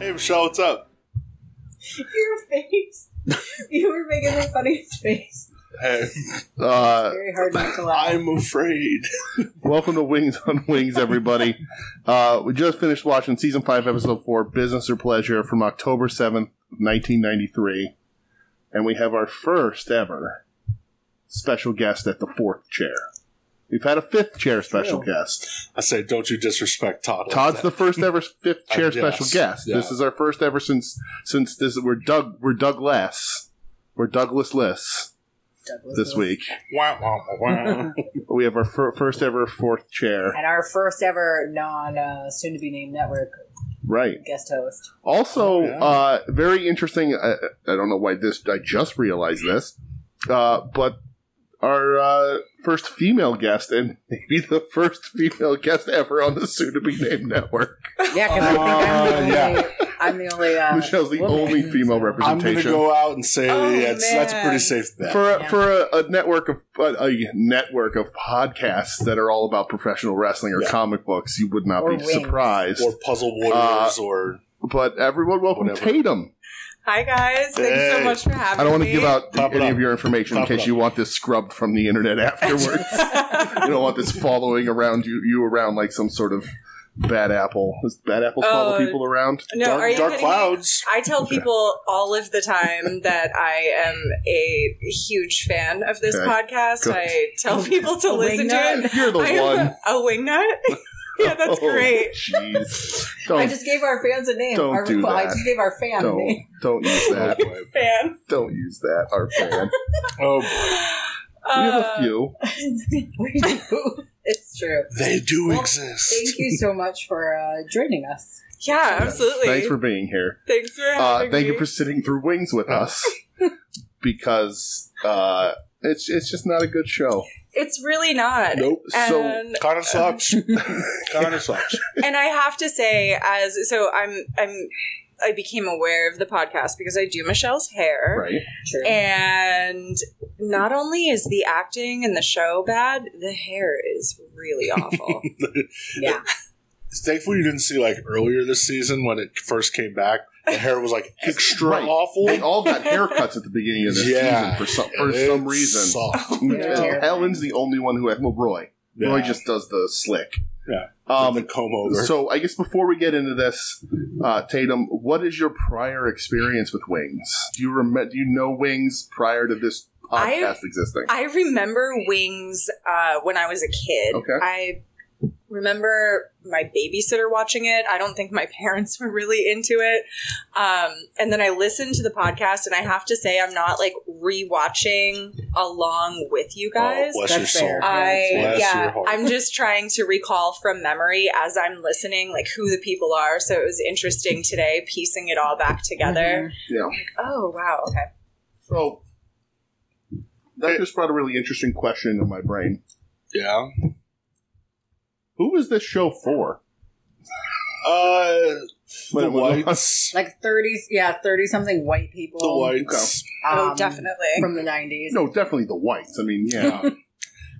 name shouts up. Your face. You were making the funniest face. Hey, Uh, Very hard not to laugh. I'm afraid. welcome to Wings on Wings, everybody. Uh, we just finished watching season five, episode four, "Business or Pleasure," from October seventh, nineteen ninety three, and we have our first ever special guest at the fourth chair. We've had a fifth chair special guest. I say, don't you disrespect Todd. like Todd's that. the first ever fifth I chair guess, special guest. This yeah. is our first ever since since this we're Doug we're Doug Less. We're Douglas Less Douglas this Wilson. week. Wah, wah, wah, wah. We have our fir- first ever fourth chair. And our first ever non uh, soon to be named network Right. guest host. Also, Oh, yeah. uh, very interesting. I, I don't know why this. I just realized this, uh, but our uh, first female guest and maybe the first female guest ever on the soon to be named network. Yeah, because I think I'm the only. Uh, I'm the only uh, Michelle's the woman. only female So- representative. I'm going to go out and say Oh, yeah, it's, that's a man. pretty safe bet. for Yeah. for a, a network of a, a network of podcasts that are all about professional wrestling or Yeah. comic books, you would not Or be wings. surprised. or Puzzle Uh, Warriors or. but everyone, welcome Whatever. Tatum. Hi guys, thanks Hey. so much for having me. I don't want to give out Pop it any up. of your information Pop it in case up. you want this scrubbed from the internet afterwards. you don't want this following around you you around like some sort of bad apple. Does bad apple follow Oh, people around? no, dark are you dark kidding me? Clouds. I tell people all of the time that I am a huge fan of this Okay. podcast. Good. I tell people to A listen to wingnut? it. You're the I am one. a wingnut. yeah, that's Oh, great. Jeez, I don't just gave our fans a name. Don't Our- do well, I that. just gave our fan a don't name. don't use that. Fan. don't use that. Our fan. Oh, We have Uh, a few. Uh, we do. It's true. they do Well, exist. Thank you so much for uh, joining us. Yeah, absolutely. Thanks for being here. Thanks for Uh, having thank me. you for sitting through Wings with us because uh, it's it's just not a good show. It's really not. Nope. So- And Connor sucks. Connor sucks. and I have to say, as so, I'm I'm I became aware of the podcast because I do Michelle's hair, Right? True. and not only is the acting and the show bad, the hair is really awful. yeah. Thankfully, you didn't see like earlier this season when it first came back. The hair was like extra Right. awful. They all got haircuts at the beginning of this Yeah. season for some for It some reason. sucked. Yeah. Helen's the only one who had well Roy. Yeah. Roy just does the slick. Yeah. Um, the comb over. so I guess before we get into this, uh, Tatum, what is your prior experience with Wings? Do you remember? Do you know Wings prior to this I- podcast existing? I remember Wings uh, when I was a kid. Okay. I remember my babysitter watching it. I don't think my parents were really into it. Um, and then I listened to the podcast, and I have to say, I'm not like rewatching along with you guys. oh, bless your That's soul. fair. I Bless your yeah, heart. I'm just trying to recall from memory as I'm listening, like who the people are. So it was interesting today piecing it all back Mm-hmm. together. yeah. Oh wow, okay, So that just brought a really interesting question into my brain. Yeah. Who is this show for? Uh, the When- when- whites. Like 30s, yeah, 30 something white people. The whites. oh um, definitely. From the 90s. No, definitely the whites. I mean, yeah. Yeah.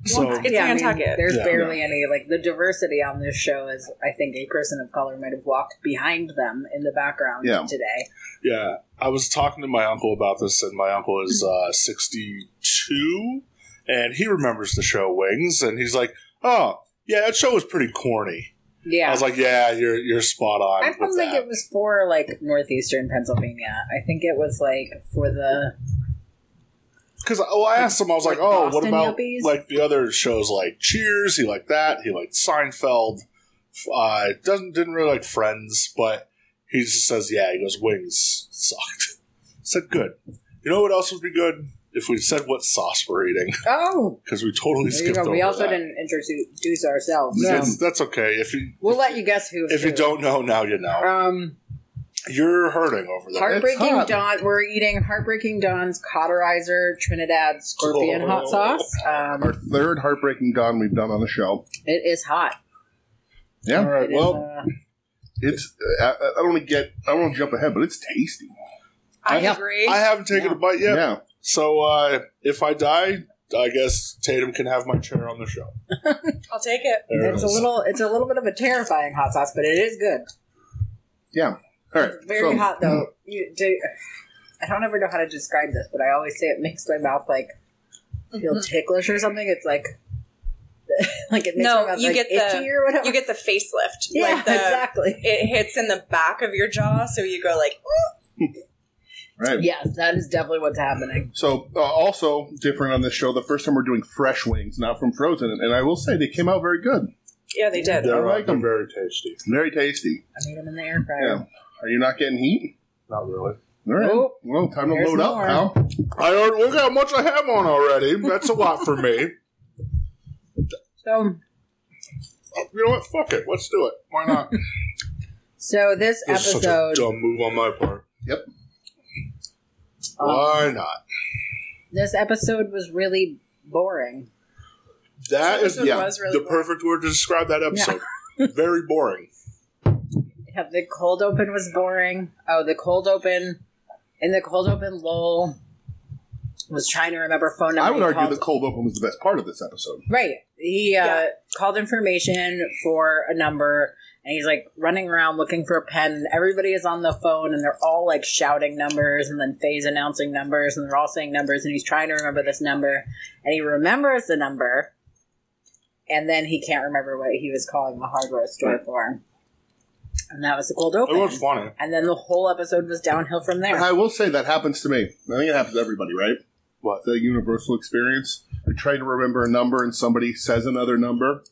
so It's I mean, Nantucket. there's Yeah. barely any like the diversity on this show is I think a person of color might have walked behind them in the background Yeah. today. yeah, I was talking to my uncle about this, and my uncle is uh, 62, and he remembers the show Wings, and he's like, "Oh, yeah, that show was pretty corny." Yeah. I was like, "Yeah, you're you're spot on." I don't with think that. it was for like northeastern Pennsylvania. I think it was like for the Because well, I asked him, I was like, Like "Oh, what Boston about Yuppies? like the other shows like Cheers?" He liked that. He liked Seinfeld. F- Uh, doesn't didn't really like Friends, but he just says, "Yeah." He goes, "Wings sucked." said good. You know what else would be good if we said what sauce we're eating oh because we totally there you skipped go. over we also that. didn't introduce ourselves. We so didn't. It's- that's okay. If you We'll let you guess who. if you don't know now, you know. Um, You're hurting over there. heartbreaking hot. Dawn. We're eating heartbreaking Dawn's Cauterizer Trinidad Scorpion hot Oh. sauce. Our Um, third heartbreaking dawn we've done on the show. it is hot. All Yeah, right. It is, Well, uh, it's. I, I don't want to get. I don't want to jump ahead, but it's tasty. I, I- agree. I haven't taken a bite yet. Yeah, So uh, if I die, I guess Tatum can have my chair on the show. I'll take it. There it it's a is. little it's a little bit of a terrifying hot sauce, but it is good. yeah. All right. It's very so- hot though. You do, I don't ever know how to describe this, but I always say it makes my mouth like Mm-hmm. feel ticklish or something. It's like like it makes No, my mouth you like get the- itchy or whatever. You get the facelift. yeah, like the, exactly. It hits in the back of your jaw, so you go like, Right. Yes, that is definitely what's happening. So, uh, also different on this show, the first time we're doing fresh wings, not from Frozen. And I will say, they came out very good. yeah, they did. They're, I uh, like they're them. very tasty. Very tasty. I made them in the air fryer. Yeah. Are you not getting heat? Not really. All right. Nope. well, time to There's load more. up, pal. I already, look how much I have on already. That's a lot for me. So, You know what? Fuck it. Let's do it. Why not? so this This is such a episode, dumb move on my part. Yep. Um, Why not? this episode was really boring. That This is one yeah, was really the good. perfect word to describe that episode. Very boring. Yeah, the cold open was boring. Oh, the cold open in the cold open lull was trying to remember phone number. I would he argue called- the cold open was the best part of this episode. Right. He uh, Yeah. called information for a number, and he's like running around looking for a pen. And everybody is on the phone, and they're all like shouting numbers, and then Faye's announcing numbers, and they're all saying numbers, and he's trying to remember this number, and he remembers the number, and then he can't remember what he was calling the hardware store for. And that was the cold It open. was funny. and then the whole episode was downhill from there. And I will say that happens to me. I think it happens to everybody, right? What? The universal experience. You're trying to remember a number and somebody says another number.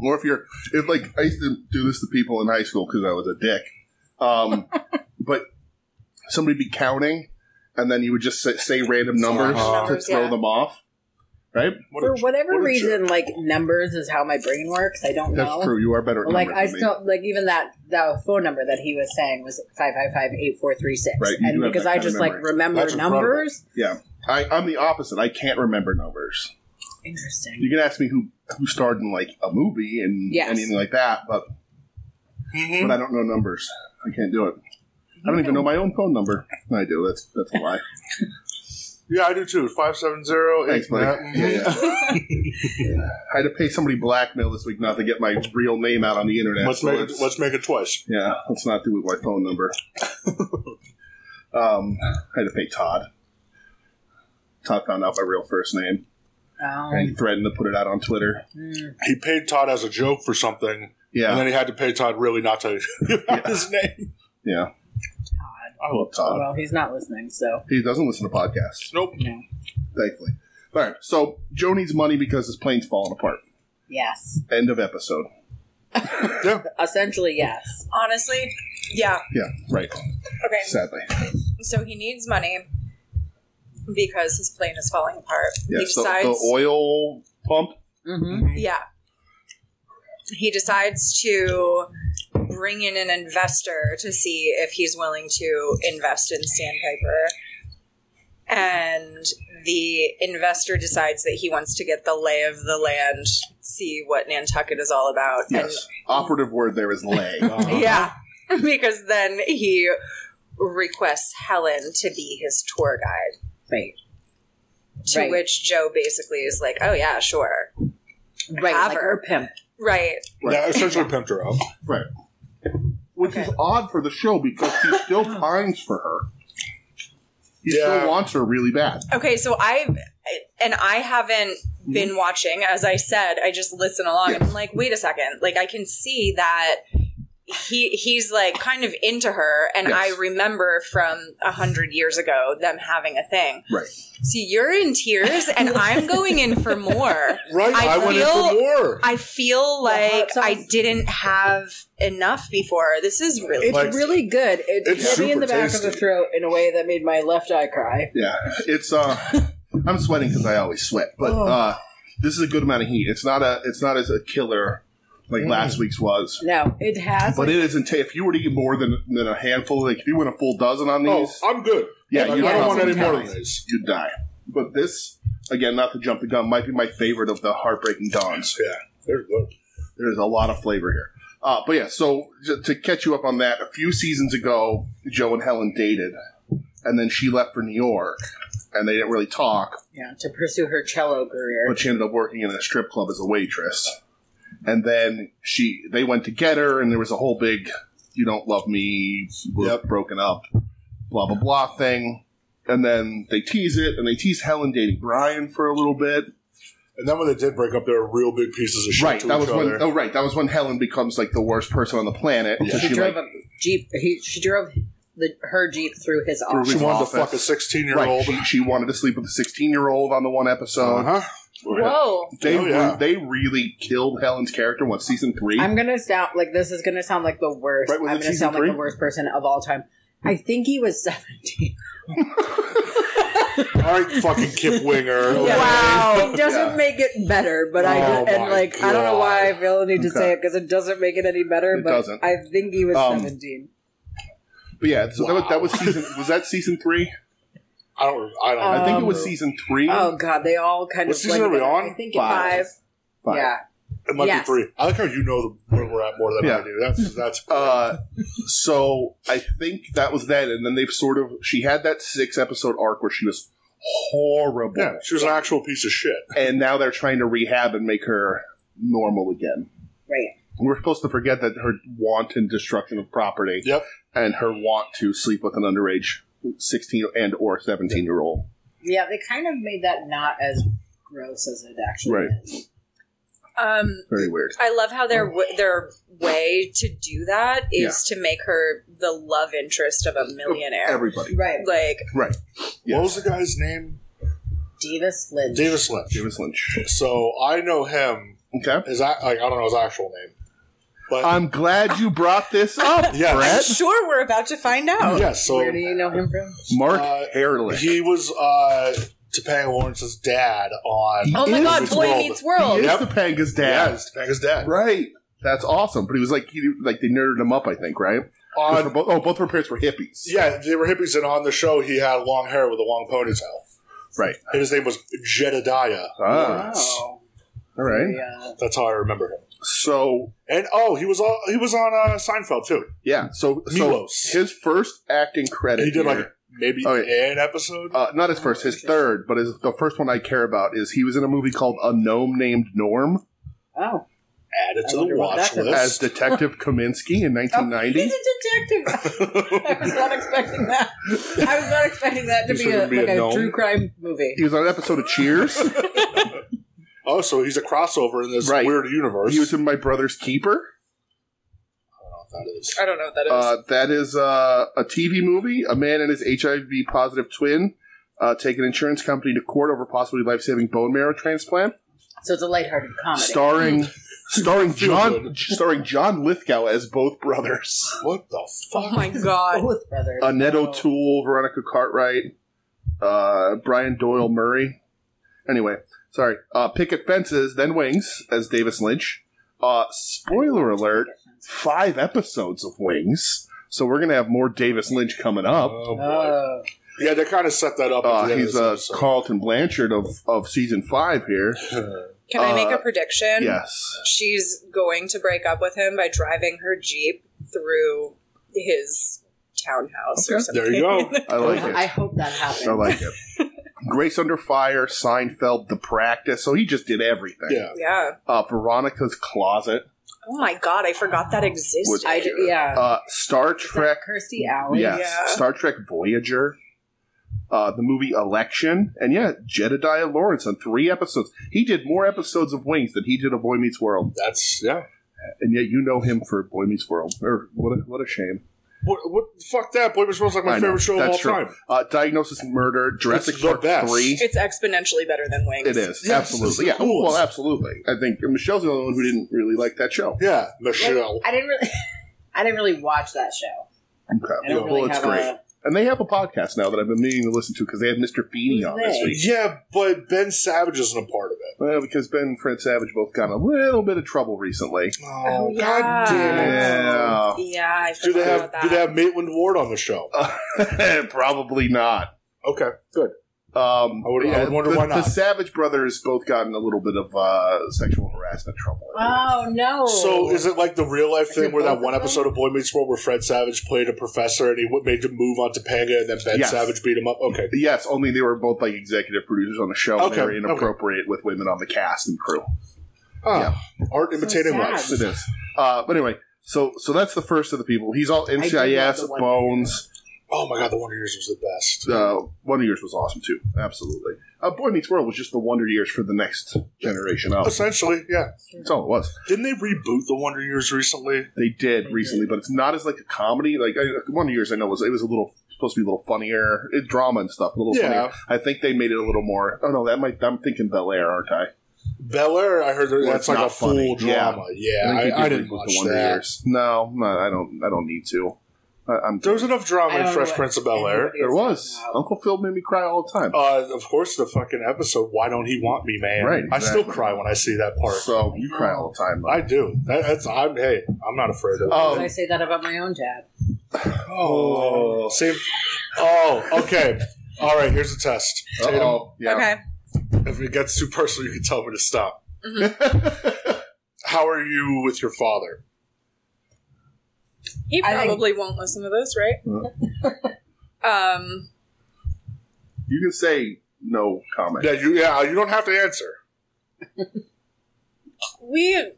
Or if you're, if like, I used to do this to people in high school because I was a dick. Um, but somebody be counting and then you would just say, say random numbers random to numbers, throw yeah. them off. Right? What for a- whatever what a reason, jerk. like numbers is how my brain works. I don't That's know. true. You are better at like I numbers than me. still like even that that phone number that he was saying was five five five eight four three six. Right, you do And have because that I kind of just like memory. remember That's incredible. numbers. Yeah. I, I'm the opposite. I can't remember numbers. Interesting. You can ask me who, who starred in like a movie and Yes. anything like that, but Mhm. but I don't know numbers. I can't do it. I don't even know my own phone number. I do. That's that's a lie. Yeah, I do too. Five seven zero. mm-hmm. Thanks, buddy. Yeah, I had to pay somebody blackmail this week not to get my real name out on the internet. Let's so make it. Let's make it twice. yeah, let's not do it with my phone number. um, I had to pay Todd. Todd found out my real first name, and he Um, threatened to put it out on Twitter. mm, He paid Todd as a joke for something, and Yeah, then he had to pay Todd really not to give out his name. yeah. I love Todd. Todd. well, he's not listening, so He doesn't listen to podcasts, Nope. no. thankfully. All right, so Joe needs money because his plane's falling apart. Yes. End of episode. Essentially, yes. honestly, yeah. Yeah, right. Okay, Sadly. so he needs money because his plane is falling apart. Yeah, he so decides, the oil pump. Mm-hmm. yeah, he decides to bring in an investor to see if he's willing to invest in Sandpiper. And the investor decides that he wants to get the lay of the land, see what Nantucket is all about, and Yes. Operative word there is lay. Uh, Yeah, because then he requests Helen to be his tour guide. Right. To Right. which Joe basically is like, "Oh yeah, sure, Right. Have Like her. her pimp. right." Yeah, essentially pimped her up. right. Which is Okay. odd for the show because he still pines for her. He Yeah. still wants her really bad. Okay, so I and I haven't Mm-hmm. been watching. As I said, I just listen along and I'm like, "Wait a second! Like I can see that." He he's like kind of into her, and Yes. I remember from a hundred years ago them having a thing. Right. So you're in tears, and I'm going in for more. Right. I, I went in feel- for more. I feel Yeah, how like it I sounds. didn't have enough before. This is really It's Like- really good. It It's hit me in super the back of the tasty. throat in a way that made my left eye cry. Yeah. It's uh I'm sweating because I always sweat, but Oh. uh this is a good amount of heat. It's not a it's not as a killer like last week's was. No, it has. But it isn't. If you were to eat more than, than a handful, like if you went a full dozen on oh, these, I'm good. Yeah, Like, you I don't don't want want any more guys. of these. you'd die. But this, again, not to jump the gun, might be my favorite of the heartbreaking dawns. Yeah, they're good. There's a lot of flavor here. Uh, but yeah, so j- to catch you up on that, a few seasons ago, Joe and Helen dated, and then she left for New York, and they didn't really talk, yeah, to pursue her cello career. but she ended up working in a strip club as a waitress. And then she, they went to get her, and there was a whole big you don't love me, we're Yep. broken up, blah blah blah thing. And then they tease it, and they tease Helen dating Brian for a little bit. And then when they did break up, they were real big pieces of shit right, to that each was other. when. Oh, right, that was when Helen becomes like the worst person on the planet. Yeah. So She, she drove like, a jeep. He, she drove the, her jeep through his Through office. she his wanted office. to fuck a 16 year right, old. she, she wanted to sleep with a sixteen-year-old on the one episode. Uh-huh. Whoa. They Oh, yeah. re- they really killed Helen's character. What season three? I'm gonna sound like this is gonna sound like the worst. Right, was I'm it gonna season sound like three? the worst person of all time. I think he was 17. All right, fucking Kip Winger. Yeah. Wow. It doesn't Yeah. make it better, but I Oh and my like I don't know why I feel the need to Okay. say it because it doesn't make it any better. It but doesn't. I think he was Um, 17. but yeah, so that, was, Wow. that was season. Was that season three? I don't. I don't. I think it Um, was season three. Oh god, they all kind What of season blend are we together. on? I think Five. five. Five. Yeah, It might yes. be three. I like how you know the, where we're at more than Yeah. I do. That's that's. Uh, so I think that was then, and then they've sort of she had that six episode arc where she was horrible, yeah, she was an actual piece of shit. and now they're trying to rehab and make her normal again. right. We're supposed to forget that her wanton destruction of property, Yep. and her want to sleep with an underage sixteen and or seventeen year old. Yeah, they kind of made that not as gross as it actually Right. is. Um, Very weird. I love how their Mm. w- their way to do that is to make her the love interest of a millionaire. Everybody, Right. like Yes. What was the guy's name? Davis Lynch. Davis Lynch. Davis Lynch. So I know him. Okay, Is that like I don't know his actual name, but I'm glad you brought this up, Yes. I'm Brett. sure we're about to find Oh. out. yeah. So Where do you know him from? Mark Uh, Herlick. he was uh, Topanga Lawrence's dad on. Oh my Is god, this Boy world- Meets World. He Yep. is Topanga's Yeah, dad. it's Topanga's dad. Right. That's awesome. But he was like, he, like they nerded him up, I think, right? 'Cause On we're both- oh, both of her parents were hippies. yeah, they were hippies, and on the show he had long hair with a long ponytail. Right. And his name was Jedediah. Ah, Oh, all right. yeah. That's how I remember him. So, And oh, he was all, he was on uh, Seinfeld too. yeah. So, so Milos. his first acting credit. he did like here, maybe Oh, an episode. uh, not his first, his third, but his, the first one I care about is he was in a movie called A Gnome Named Norm Oh, Added I to the wonder what watch that's about. list. as Detective Kaminsky in he's 1990. a detective. I was not expecting that. I was not expecting that to You be said a, it'd be like a a, gnome? true crime movie. He was on an episode of Cheers. oh, so he's a crossover in this Right. weird universe. he was in My Brother's Keeper. that is. I don't know what that is. Uh, that is uh, a TV movie. A man and his HIV positive twin uh, take an insurance company to court over possibly life saving bone marrow transplant, So it's a lighthearted comedy. starring starring Feel John good. starring John Lithgow as both brothers. What the oh fuck? my god. Both brothers. Annette Oh. Uh, O'Toole, Veronica Cartwright, uh, Brian Doyle Murray. Anyway, sorry. Uh, Picket Fences, then Wings as Davis Lynch. Uh, spoiler alert: five episodes of Wings. So we're gonna have more Davis Lynch coming up. Oh, boy. Oh, yeah, they kind of set that up. at Uh, the end he's of uh, this Carlton Blanchard of, of season five here. episode. Can I make uh, a prediction? Yes. She's going to break up with him by driving her Jeep through his townhouse or Okay. something. there you go. I like I it. hope that happens. I like it. Grace Under Fire, Seinfeld, The Practice. So he just did everything. Yeah. Yeah. Uh, Veronica's Closet. Oh my god, I forgot that existed. I d- yeah. Uh, Star Trek. Kirstie Oh, Alley. Yes. Yeah. Star Trek Voyager. Uh, the movie Election. And yeah, Jedediah Lawrence on three episodes. He did more episodes of Wings than he did of Boy Meets World. That's yeah. And yet you know him for Boy Meets World. Or what a, what a shame. What, what fuck that? Boy Meets World's like my I know. favorite show of That's all true. time. Uh, Diagnosis Murder, Jurassic It's the Park best. Three. It's exponentially better than Wings. It is Yes, it's the absolutely, yeah. Well, coolest. absolutely. I think Michelle's the only one who didn't really like that show. Yeah, Like, Michelle. I didn't really. I didn't really watch that show. I Okay, don't Yeah, really well, it's have great. a. And they have a podcast now that I've been meaning to listen to because they had Mr. Feeney on this Who's week. Yeah, but Ben Savage isn't a part of it. Well, because Ben and Fred Savage both got in a little bit of trouble recently. Oh, yeah. god damn it! Yeah. Yeah, I forgot Do they have about that. do they have Maitland Ward on the show? Probably not. Oh. Okay, good. Um, I would- I yeah, would wonder the, why The not. Savage brothers both got in a little bit of uh, sexual harassment trouble. Oh no! So is it like the real life Is thing it where both that of one them? episode of Boy Meets World where Fred Savage played a professor and he w- made the move on Topanga and then Ben Yes. Savage beat him up? Okay, Yes, only they were both like executive producers on the show. and Okay, They were inappropriate with women on the cast and crew. Ah, art So imitating sad. life. It is. Uh, but anyway, So so that's the first of the people. He's all NCIS, the Wonder Bones. Oh my god, the Wonder Years was the best. Uh, Wonder Years was awesome too. Absolutely. Uh, Boy Meets World was just the Wonder Years for the next generation up. Essentially, yeah. That's all it was. Didn't they reboot the Wonder Years recently? They did They recently, but it's not as like a comedy. Like I, Wonder Years, I know was it was a little supposed to be a little funnier, it, drama and stuff. A little Yeah. funnier. I think they made it a little more. Oh no, that might. I'm thinking Bel Air, aren't I? Bel Air, I heard that- Well, it's that's like a not full funny. drama. Yeah, think they I, I did didn't reboot watch that. Years. No, no, I don't. I don't need to. I, I'm. There was enough drama I in don't Fresh know Prince of what Bel Air. anybody there is was talking about. Uncle Phil made me cry all the time. Uh, of course, the fucking episode. Why don't he want me, man? Right, I still exactly. cry when I see that part. so you cry all the time. though. I do. That, that's I'm. Hey, I'm not afraid of. Oh. I say that about my own dad. oh, same. Oh, okay. All right. Here's a test. Tatum, Uh-oh. Yeah. Okay. if it gets too personal, you can tell me to stop. How are you with your father? He I think- probably won't listen to this, right? um, You can say no comment. Yeah, you. Yeah, you don't have to answer. we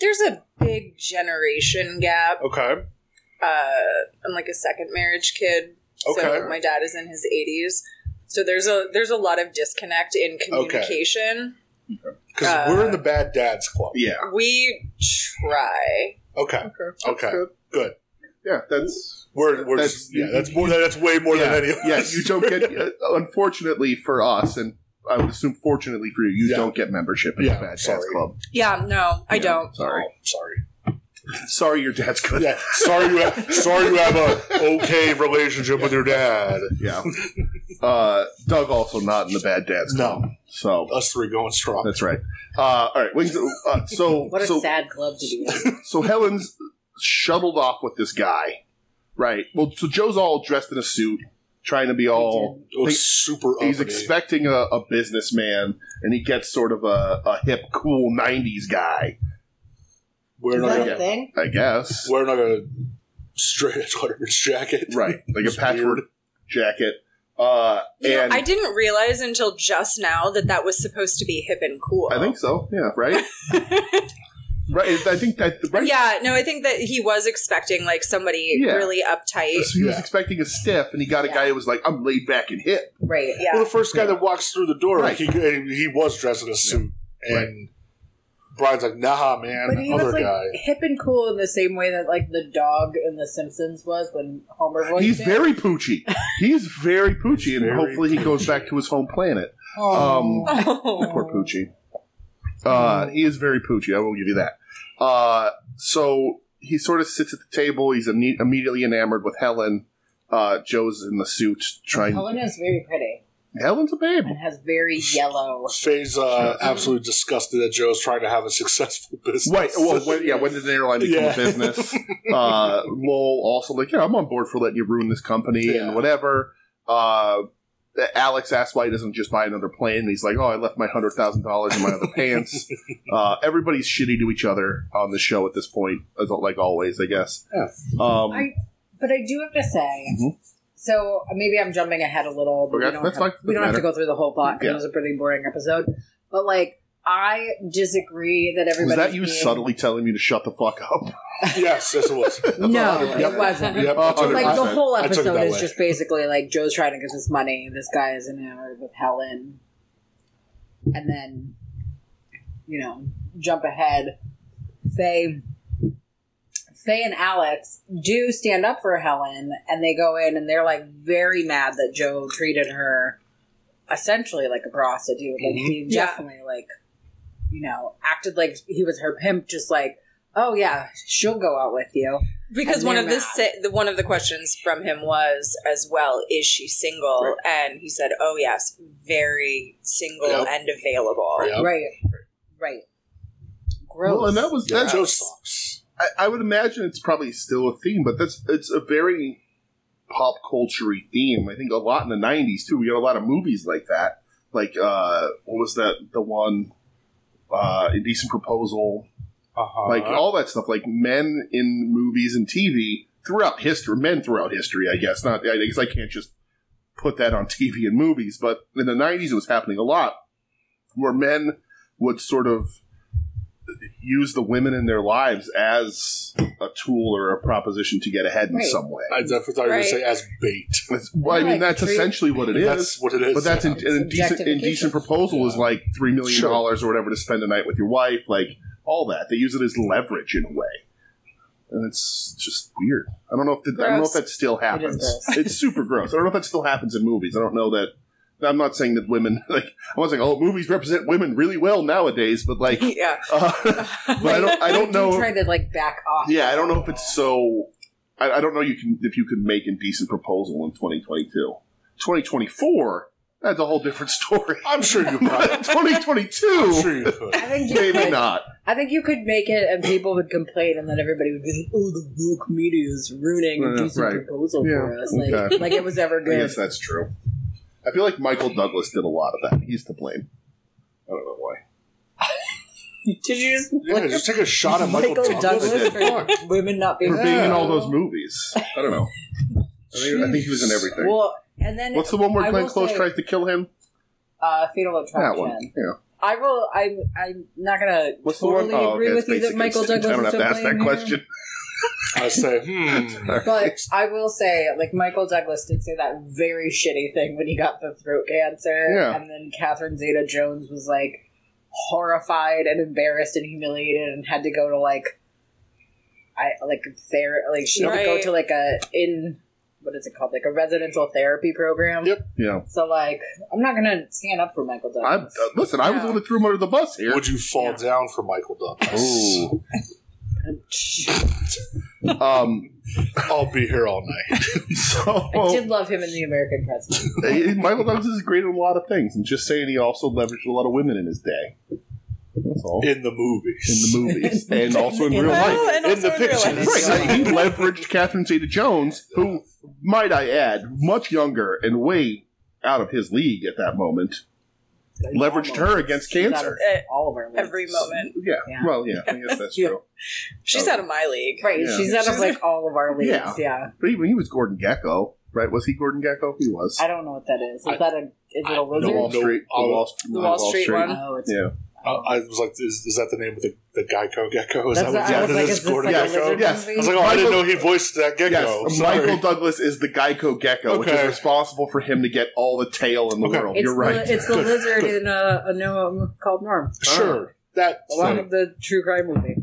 there's a big generation gap. Okay. Uh, I'm like a second marriage kid, so Okay. my dad is in his 80s. So there's a there's a lot of disconnect in communication. Because Uh, we're in the bad dads club. Yeah. We try. Okay. Okay. Okay. Good. Good. Yeah, that's We're, we're That's- just, yeah. That's more. That's way more yeah, than any. of yeah, us. you don't get. uh, unfortunately for us, and I would assume fortunately for you, you Yeah. don't get membership in Yeah, the Bad Dads sorry. Club. Yeah, no, I Yeah, don't. Sorry, Oh, sorry. sorry, your dad's good. Yeah, sorry you have, sorry you have a okay relationship with your dad. Yeah. uh, Doug also not in the Bad Dads Club. No. So Us three going strong. that's right. Uh, all right, wings. Uh, so What a so sad club to be in. so Helen's shuttled off with this guy, right? Well, so Joe's all dressed in a suit, trying to be all. It was super. he's uppity. expecting a, a businessman, and he gets sort of a, a hip, cool '90s guy, We're Is not. that Gonna, a thing? I guess. we're not gonna straight edge letterman's jacket. Right, like a It's patchwork weird. jacket. Uh, You know, and I didn't realize until just now that that was supposed to be hip and cool. I think so. Yeah, right. right. I think that right. Yeah, no, I think that he was expecting like somebody Yeah. really uptight. So he was Yeah. expecting a stiff, and he got a Yeah. guy who was like, "I'm laid back and hip." Right. Yeah. Well, the first guy that walks through the door, Right. like, he he was dressed in a suit, and Brian's like, "Nah, man." But he Other was like guy. hip and cool in the same way that like the dog in The Simpsons was when Homer voiced He's it. very poochy. He's very poochy, and Very hopefully he goes back to his home planet. Oh. um, Poor Poochie. Uh, Mm-hmm. he is very Poochie. I will give you that. Uh, so he sort of sits at the table. He's imme- immediately enamored with Helen. Uh, Joe's in the suit trying. Helen is very pretty Helen's a babe. and has very yellow. Faye's uh, absolutely disgusted that Joe's trying to have a successful business. Wait, well, when, yeah, when did an airline become Yeah. a business? Uh, Lowell also like, yeah, I'm on board for letting you ruin this company Yeah. and whatever. Uh, Alex asks why he doesn't just buy another plane. And he's like, oh, I left my hundred thousand dollars in my other pants. Uh, everybody's shitty to each other on the show at this point, as like always, I guess. Yeah. Um, I- But I do have to say, Mhm. so maybe I'm jumping ahead a little. But Okay, we don't, that's fine. have, we don't have to Doesn't go through the whole plot because Yeah. it was a pretty boring episode. But like, I disagree that everybody. was that you subtly telling me to shut the fuck up? yes, yes, it was. No, Yep. it wasn't. Yep, Uh, that's what it Like the was. whole I took it episode that is way. just basically like Joe's trying to get this money. This guy is enamored with Helen, and then you know, jump ahead. Faye, Faye and Alex do stand up for Helen, and they go in and they're like very mad that Joe treated her essentially like a prostitute. Like he Mm-hmm. Yeah. definitely like you know acted like he was her pimp, just like. Oh yeah, she'll go out with you. because And one they're of the, mad. si- the one of the questions from him was as well, is she single? And he said, "Oh yes, very single Yep. and available." Yep. Right. Right. Gross. Well, and that was Yeah. that Joe sucks. I, I would imagine it's probably still a theme, but that's it's a very pop culture theme. I think a lot in the '90s too. We got a lot of movies like that. Like uh, what was that? The one uh, Indecent Proposal, Uh-huh. like all that stuff. Like men in movies and TV throughout history, men throughout history. I guess not. I guess I can't just put that on TV and movies, but in the '90s it was happening a lot, where men would sort of use the women in their lives as a tool or a proposition to get ahead in Right. some way. I definitely thought you were going to say as bait. That's- well, I mean, Like that's treat- essentially what it is. That's what it is. but that's in, It's in decent. objectification. Indecent proposal is like three million uh, Sure. dollars or whatever to spend a night with your wife, like all that. They use it as leverage in a way, and it's just weird. I don't know if that I don't know if Gross. that still happens. gross. It's super gross. I don't know if that still happens in movies. I don't know that. I'm not saying that women like I was like, oh, movies represent women really well nowadays, but like, yeah. uh, but I don't, I don't know. try to like back off. Yeah, I don't know if it's so. I, I don't know you can if you could make a decent proposal in 2022. 2024, that's a whole different story. I'm sure you But probably. in 2022, I'm sure you could. I think you maybe could- not. I think you could make it, and people would complain, and then everybody would be like, "Oh, the woke media is ruining a Yeah, decent right. proposal for Yeah, us." Like, okay. like it was ever I good. guess that's true. I feel like Michael Douglas did a lot of that. He's to blame. I don't know why. Did you just Yeah, just take a shot at Michael, Michael Douglas. Douglas Fuck. for women not being For being in Yeah. all those movies, I don't know. I, think, I think he was in everything. Well, and then What's the one where I Glenn will Close say- tries to kill him? uh, fetal attraction. That one. Yeah. Oh, I will. I'm. I'm not gonna What's totally the one? agree okay, it's with you that basic Michael instinct. Douglas. I don't have is to to ask blame that here. question. I say, hmm. But I will say, like Michael Douglas did say that very shitty thing when he got the throat cancer, Yeah. and then Catherine Zeta Jones was like horrified and embarrassed and humiliated, and had to go to like, I like ther like she had to go Right. to like a in what is it called like a residential therapy program. Yep. Yeah. So like, I'm not gonna stand up for Michael I, uh, Douglas. listen, I was the one that threw him under the bus here. Would you fall Yeah. down for Michael Douglas? Ooh. Um, I'll be here all night. so I did love him in The American President. Hey, Michael Douglas is great at a lot of things. I'm just saying he also leveraged a lot of women in his day. That's all. In the movies. in the movies and also in In real the- life. Well, and In also the in real picture. life. Right. like, he leveraged Catherine Zeta Jones, who, might I add, much younger and way out of his league at that moment. Leveraged her against She's out cancer. of all of our leagues. Every moment. Yeah. Yeah. Well, yeah, I guess that's Yeah. true. She's out of my league. Right, Yeah. she's out of She's- like all of our leagues. Yeah. yeah. But even he was Gordon Gecko, right? Was he Gordon Gecko? He was. I don't know what that is. Is I- that a is it a don't The lizard? Wall know. Street. The Wall, the Wall Street one. Oh, it's Yeah. I, Uh, I was like, is, is that the name of the, the Geico gecko? Is That's that what what I yeah, was like, it is is? this Gordon like a Yes, Gecko? lizard yes. I movie? was like, oh, I didn't Michael- know he voiced that gecko. Yes, I'm sorry. Michael Douglas is the Geico Gecko, which is Okay. responsible for him to get all the tail in the Okay. world. it's oh, You're the, right. It's the lizard in a, a new um, called Norm. Sure. That A lot thing. of the true crime movie.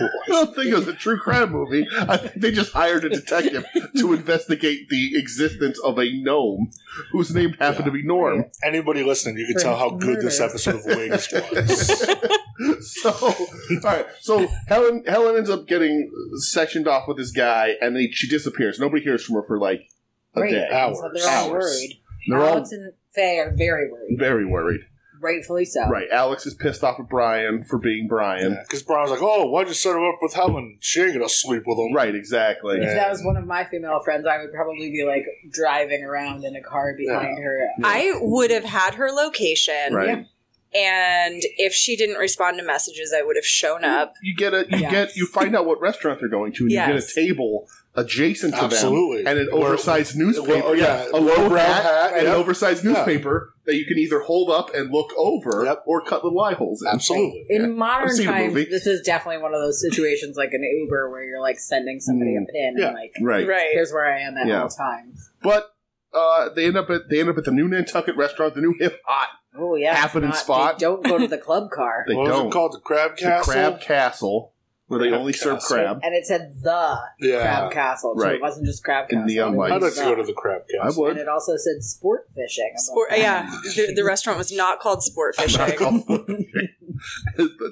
I don't think it was a true crime movie. I think they just hired a detective to investigate the existence of a gnome whose name happened to be Norm. Anybody listening, you can For tell how good this murder. episode of Wings was. So, all right. So Helen Helen ends up getting sectioned off with this guy, and then she disappears. Nobody hears from her for like a Right. day. Hours. So they're all Hours. worried. They're all Alex and Faye are very worried. very worried. Rightfully so. Right. Alex is pissed off at Brian for being Brian. Because Brian's like, oh, why'd you set him up with Helen? She ain't going to sleep with him. Right. Exactly. If that was one of my female friends, I would probably be like driving around in a car behind her. I would have had her location, Right. and if she didn't respond to messages, I would have shown up. you get a you Yes. get you find out what restaurant they're going to and you get a Yes. table adjacent to Absolutely. them and an Where- oversized newspaper Well, oh, yeah. a low Brown hat, hat, and yep. an oversized Yeah. newspaper that you can either hold up and look over Yep. or cut little eye holes in. Absolutely. In Yeah. I've modern seen a times, movie. this is definitely one of those situations like an Uber where you're like sending somebody Mm. a pin Yeah. and like right here's where I am at Yeah. all times. but uh, they end up at they end up at the new Nantucket restaurant the new hip hot Oh yeah, Happening not- spot. They don't go to the club car, they what was don't it called? The Crab the Castle? crab castle where they Crab only serve Castle. crab and it said the Yeah. Crab Castle, so Right. it wasn't just Crab In Castle. neon it was lights. I'd like to the. go to the Crab I Castle. And would it also said sport fishing. I'm Sport, like, yeah. The, the restaurant was not called Sport Fishing.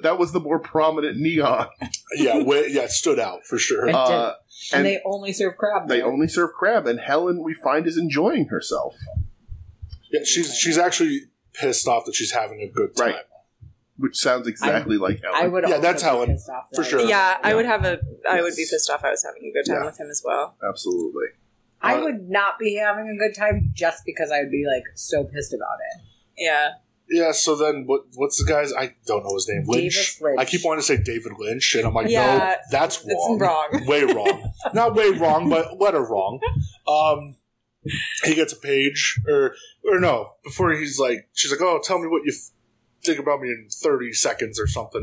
that was the more prominent neon yeah, way, yeah, it stood out for sure. It did. uh, and, and- they only serve crab. they there. only serve crab and Helen we find is enjoying herself Yeah, she's she's actually pissed off that she's having a good time. Right. which sounds exactly like Helen. I would. Yeah, also that's be Helen, pissed off for that. sure. yeah, I would Yeah. have a. I would be Yes. pissed off. I was having a good time Yeah. with him as well. Absolutely. I Uh, would not be having a good time just because I would be like so pissed about it. Yeah, Yeah, so then what what's the guy's I don't know his name. Lynch. Davis Lynch. I keep wanting to say David Lynch, and I'm like, no, Yeah, that's it's wrong. wrong. way wrong. Not way wrong, but letter wrong. Um he gets a page or or no, before he's like she's like, Oh, tell me what you f- think about me in 30 seconds or something.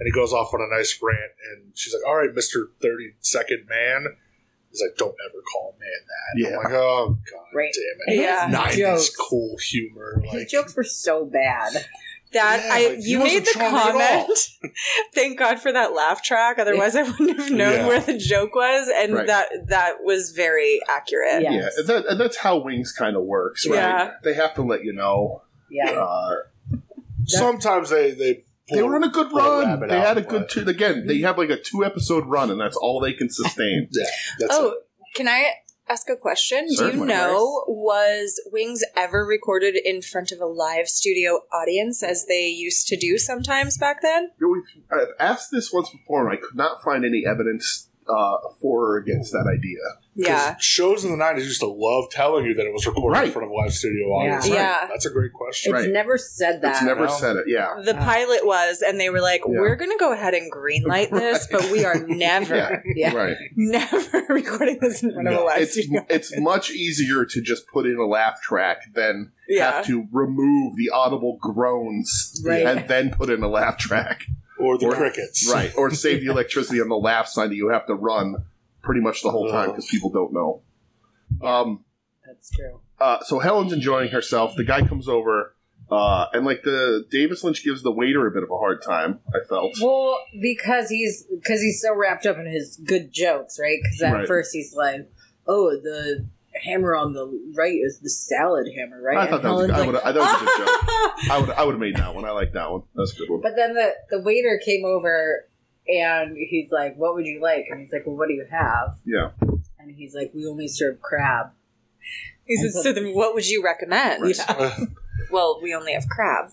And he goes off on a nice rant, and she's like, all right, Mr. 30 second man. He's like, don't ever call a man that. Yeah. I'm like, oh, God Right. damn it. Yeah. 90s His jokes, cool humor. Like, his jokes were so bad. That Yeah, I like, he you wasn't made the charming at all. comment. Thank God for that laugh track. Otherwise, I wouldn't have known Yeah. where the joke was, and Right. that that was very accurate. Yeah. Yeah, that, and that's how Wings kind of works, right? Yeah. They have to let you know. Yeah. Uh, sometimes they, they, they were on a good run. rabbit They out, had a good but- two. Again, they have like a two episode run, and that's all they can sustain. that's Oh, can I ask a question? Do you Certainly. know was Wings ever recorded in front of a live studio audience as they used to do sometimes back then? You know, we've- I've asked this once before, and I could not find any evidence uh, for or against that idea. Yeah. Shows in the 90s used to love telling you that it was recorded Right. in front of a live studio audience. Yeah. Right. Yeah. That's a great question. It's right. never said that. It's never Wow. said it. Yeah, The Yeah. pilot was, and they were like, Yeah. "We're going to go ahead and greenlight this, but we are never, Yeah. yeah. right. never recording this in front of a live It's studio." it's much easier to just put in a laugh track than Yeah, have to remove the audible groans Right. and then put in a laugh track, Or the Or- crickets. right? Or save the electricity on the laugh sign that you have to run pretty much the whole time because people don't know. Um. That's true. uh, so Helen's enjoying herself. The guy comes over, uh, and like the Davis Lynch gives the waiter a bit of a hard time. I felt Well, because he's because he's so wrapped up in his good jokes, right? Because at Right. first he's like, "Oh, the hammer on the right is the salad hammer, right?" I And thought that was a Helen's good, I like, would I thought it was a good joke. I would I would have made that one. I like that one. That's a good one. But then the, the waiter came over and he's like, What would you like? And he's like, Well, what do you have? Yeah. And he's like, We only serve crab. He said, so then what would you recommend? Right. Well, we only have crab.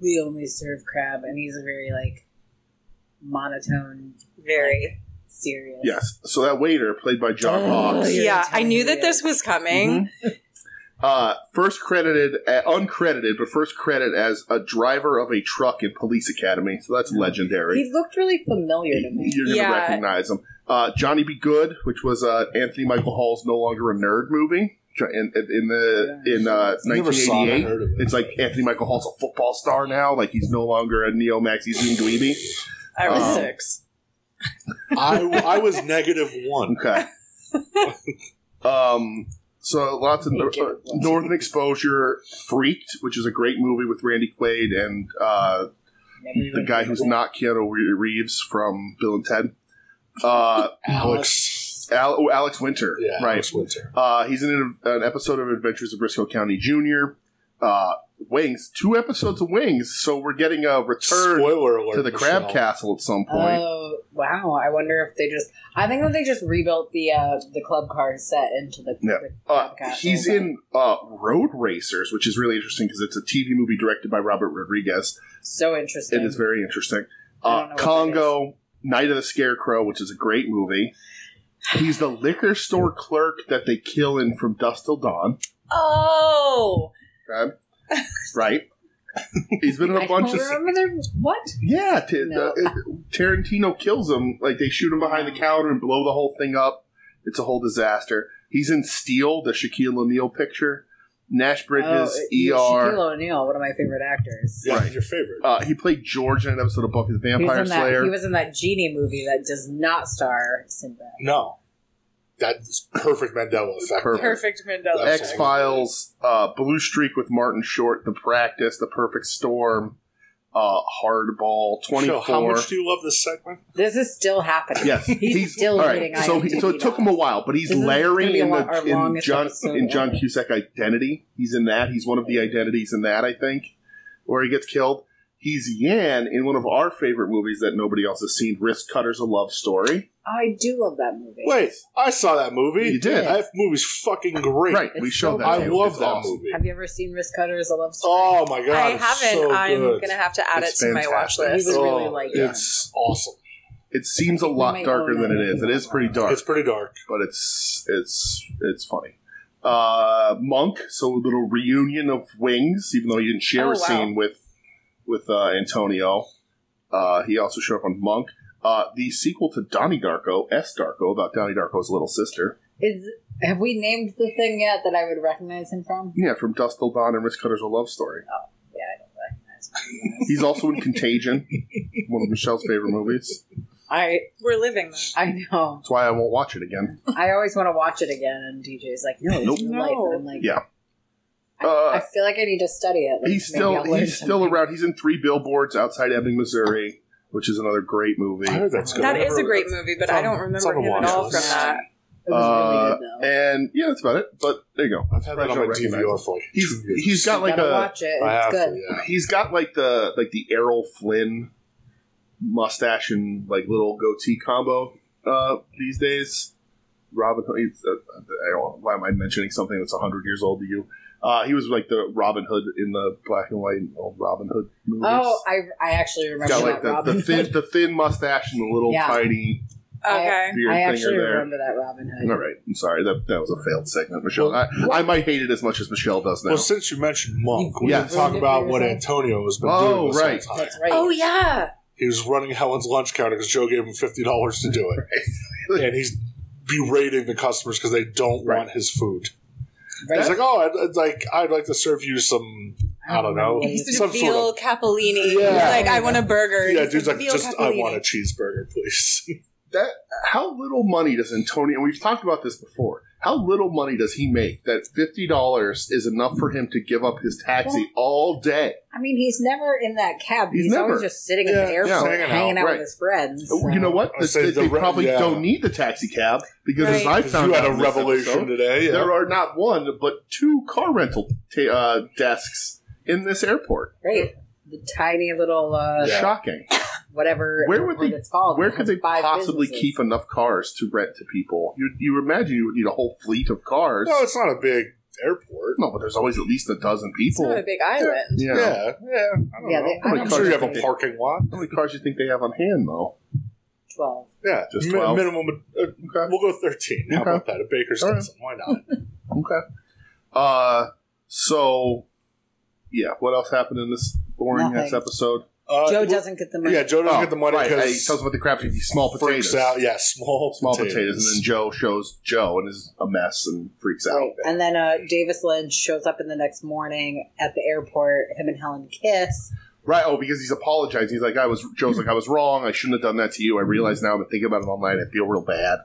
We only serve crab. And he's a very, like, monotone, Very. serious. Yes. So that waiter, played by John Oh, Hawkes, You're yeah, I knew that intimidated. this was coming. Mm-hmm. uh, first credited, uh, uncredited, but first credit as a driver of a truck in Police Academy. So that's legendary. He looked really familiar to me. You're gonna Yeah. recognize him. Uh, Johnny Be Good, which was uh, Anthony Michael Hall's no longer a nerd movie. In, in the in uh, I never saw it, I 1988, heard of it. It's like Anthony Michael Hall's a football star now. Like he's no longer a neo maxi zoom dweeby. I was Uh-huh. Um, six. I, I was negative one. Okay. um. So lots of nor- uh, Northern Exposure, Freaked, which is a great movie with Randy Quaid and uh, Never the even guy heard who's of not Keanu Reeves from Bill and Ted. Uh, Alex. Al- oh, Alex Winter, Yeah, right? Alex Winter. Uh, he's in an, an episode of Adventures of Briscoe County Jr. Uh, Wings, two episodes of Wings, so we're getting a return Spoiler alert. to the Crab Michelle. Castle at some it. point. Oh wow! I wonder if they just. I think that they just rebuilt the uh, the club car set into the. Yeah. the Uh, Crab Castle, he's but in uh, Road Racers, which is really interesting because it's a TV movie directed by Robert Rodriguez. So interesting. It is very interesting. I Uh, don't know what Congo, Night of the Scarecrow, which is a great movie. He's the liquor store clerk that they kill in From Dusk Till Dawn. Oh, Okay? Right? He's been in a I bunch don't of. remember their what? Yeah, t- No. uh, Tarantino kills him. Like they shoot him behind the counter and blow the whole thing up. It's a whole disaster. He's in Steel, the Shaquille O'Neal picture. Nash Bridges, Oh, yeah, ER. Shaquille O'Neal, one of my favorite actors. Yeah, Right. your favorite. Uh, he played George in an episode of Buffy the He was Vampire in that- Slayer. He was in that genie movie that does not star Sinbad. no. That's perfect Mandela effect. Perfect. perfect Mandela. That's X Files, uh, Blue Streak with Martin Short, The Practice, The Perfect Storm, uh, Hardball, Twenty Michelle, how Four. much do you love this segment? This is still happening. Yes, He's still all right, reading So, IMDb he, so it took him a while, but he's This is gonna Larry be in, lo- the, our in longest John episode in John ever. Cusack Identity. He's in that. He's one of the identities in that. I think where he gets killed. He's Yan in one of our favorite movies that nobody else has seen, Risk Cutters: A Love Story. Oh, I do love that movie. Wait, I saw that movie. You did. That movie's fucking great. Right, It's we so showed that. I to you. love It's that awesome. movie. Have you ever seen Risk Cutter as a Love Story? Oh my god. I it's haven't. so I'm good. gonna have to add It's it to my watch fantastic. list. He's- Oh, really like it. It's awesome. It seems a We lot might darker own than that. it is. It is pretty dark, It's pretty dark. but it's it's it's funny. Uh, Monk, so a little reunion of Wings, even though he didn't share Oh, a wow. scene with with uh, Antonio. Uh, he also showed up on Monk. Uh, the sequel to Donnie Darko, S. Darko, about Donnie Darko's little sister. Is have we named the thing yet that I would recognize him from? Yeah, from Dust Till Dawn and Risk Cutter's A Love Story. Yeah, I don't recognize guys. He's also in Contagion, one of Michelle's favorite movies. I We're living that. I know. That's why I won't watch it again. I always want to watch it again, and DJ's like, "No, it's Nope. your life." And I'm like, Yeah. I, Uh, I feel like I need to study it. Like, He's maybe still I'll learn he's still something. around. He's in three billboards outside Ebbing, Missouri, which is another great movie. I heard that's good. That is a great movie, but it's I on- don't it's remember on the him at watch all list. from that. It was really Uh, good though. And yeah, that's about it. But there you go. I've had that on my Rachel DVR for like He's two years. he's got You like gotta a watch it. I have It's good. to, yeah. he's got like the like the Errol Flynn mustache and like little goatee combo uh, these days. Robin Hood. he's, Uh, I don't know, why am I mentioning something that's hundred years old to you? Uh, he was like the Robin Hood in the black and white old Robin Hood movies. Oh, I I actually He's remember got that like the, Robin the thin the thin mustache and the little Yeah. tiny Okay. I- beard I thing actually are there. remember that Robin Hood. All right, I'm sorry that that was a failed segment, Michelle. I, I might hate it as much as Michelle does now. Well, since you mentioned Monk, we Yeah. didn't talk Ruined it about for what yourself? Antonio has been Oh, doing this right. whole time. That's right. oh yeah. He was running Helen's lunch counter because Joe gave him fifty dollars to do it, and he's berating the customers because they don't Right. want his food. Right? He's like, "Oh, I'd, I'd like I'd like to serve you some I don't know." He used to Some do veal sort capellini. He's Yeah. like, I want a burger. yeah." He's Dude's like, veal "Just I capellini." want a cheeseburger, please." that how little money does Antonio and we've talked about this before. How little money does he make that fifty dollars is enough for him to give up his taxi all day? I mean, he's never in that cab. He's He's, never. always just sitting Yeah, in the airport, just hanging hanging out, out, right. Oh, with his friends. so- You know what? I They, say they- the they re- probably yeah. don't need the taxi cab because as Right. I found you had out a in this revelation episode, today. Yeah. there are not one but two car rental ta- uh, desks in this airport. Great. The tiny little uh, Yeah. Shocking. whatever. Where would what they- It's called. Where It could has they five possibly businesses. keep enough cars to rent to people? You you imagine you would need a whole fleet of cars. No, it's not a big airport. No, but there's always at least a dozen It's people. not a big island. Yeah, yeah. I don't Yeah, know. they- How many I'm cars sure you do have a think- parking lot. How many cars do you think they have on hand, though? twelve? Yeah, Just mi- 12? minimum. Uh, Okay. we'll go thirteen. How Okay. about that? A baker's All right. dozen. Why not? Okay. Uh, so, yeah, what else happened in this boring ass Nothing. episode? Uh, Joe well, doesn't get the money. Yeah, Joe doesn't get the money Oh, right. Hey, because tells about the crappy small potatoes. freaks out. Yeah, small Small potatoes. potatoes. and then Joe shows Joe and is a mess and freaks out. Right. And then uh, Davis Lynch shows up in the next morning at the airport. Him and Helen kiss. Right. Oh, because he's apologizing. He's like, I was. Joe's like, I was wrong. I shouldn't have done that to you. I realize now. I've been thinking about it all night. I feel real bad.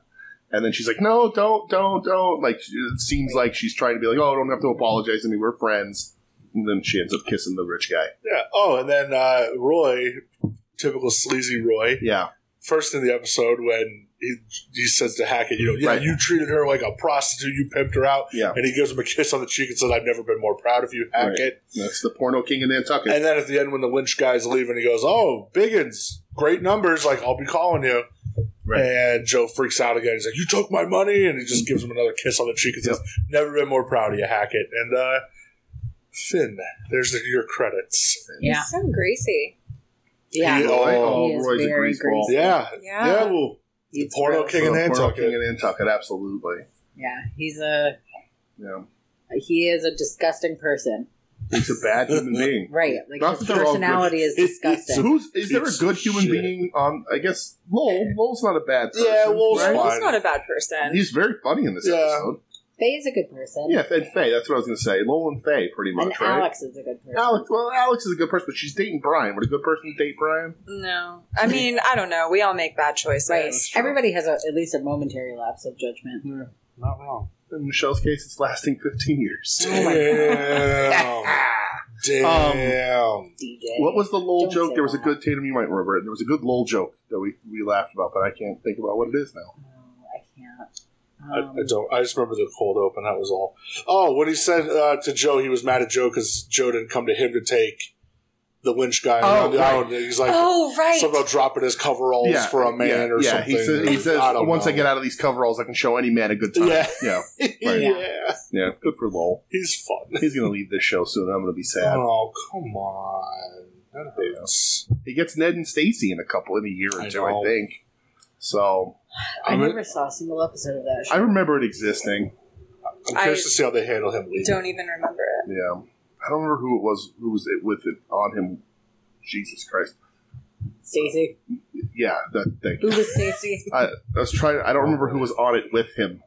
And then she's like, No, don't, don't, don't. Like, it seems like she's trying to be like, Oh, I don't have to apologize to me. We're friends. And then she ends up kissing the rich guy. Yeah. Oh, and then uh, Roy, typical sleazy Roy. Yeah. First in the episode when he he says to Hackett, you know, yeah, Right. you treated her like a prostitute. You pimped her out. Yeah. And he gives him a kiss on the cheek and says, "I've never been more proud of you, Right. Hackett." That's the porno king in Nantucket. And then at the end, when the Lynch guy's leaving, he goes, "Oh, Biggins, great numbers. Like I'll be calling you." Right. And Joe freaks out again. He's like, "You took my money," and he just gives him another kiss on the cheek and says, "Never been more proud of you, Hackett." And uh, Finn, there's your credits. Yeah. He's so greasy. Yeah. He- Roy, Oh, he is Roy's a very greaseball. greasy. Yeah, Yeah. well, He's Porno gross. King in Porno Nantucket. king in Nantucket. Absolutely. Yeah. He's a Yeah. he is a disgusting person. He's a bad human being. Right. Like Not his that they're all personality is It's- it's- disgusting. So who's is there a Piece good of human shit. being on? I guess Lowell. Lowell's not a bad person. Yeah, Lowell's right? fine. He's not a bad person. He's very funny in this Yeah. episode. Faye is a good person. Yeah, and Faye. That's what I was going to say. Lowell and Faye, pretty much, And right? Alex is a good person. Alex- Well, Alex is a good person, but she's dating Brian. Would a good person date Brian? No. I mean, I don't know. We all make bad choices. Right. Everybody has a, at least a momentary lapse of judgment. not wrong. In Michelle's case, it's lasting 15 years. Oh my Damn, damn. Um, DJ. What was the Lowell Don't joke? say There was a that. good Tatum. You might remember it. There was a good Lowell joke that we, we laughed about, but I can't think about what it is now. Oh, I can't. I, Um, I don't. I just remember the cold open. That was all. Oh, when he said uh, to Joe, he was mad at Joe because Joe didn't come to him to take the lynch guy Oh, around the right. island. He's like, Oh, right. something about dropping his coveralls for a man yeah, or yeah. something. He says, he says I don't once I know." get out of these coveralls, I can show any man a good time. Yeah. yeah, Right. yeah, yeah. Good for Lowell. he's fun. He's going to leave this show soon. I'm going to be sad. Oh come on, that hurts. He gets Ned and Stacy in a couple in a year or I two, I know. think. So I I'm- never saw a single episode of that I show. remember it existing. I'm I- curious to see how they handle him leaving. don't even remember it. Yeah, I don't remember who it was who was it with it on him. Jesus Christ! Stacy. Yeah, that thing. Who was Stacy? I was trying. I don't remember who was on it with him,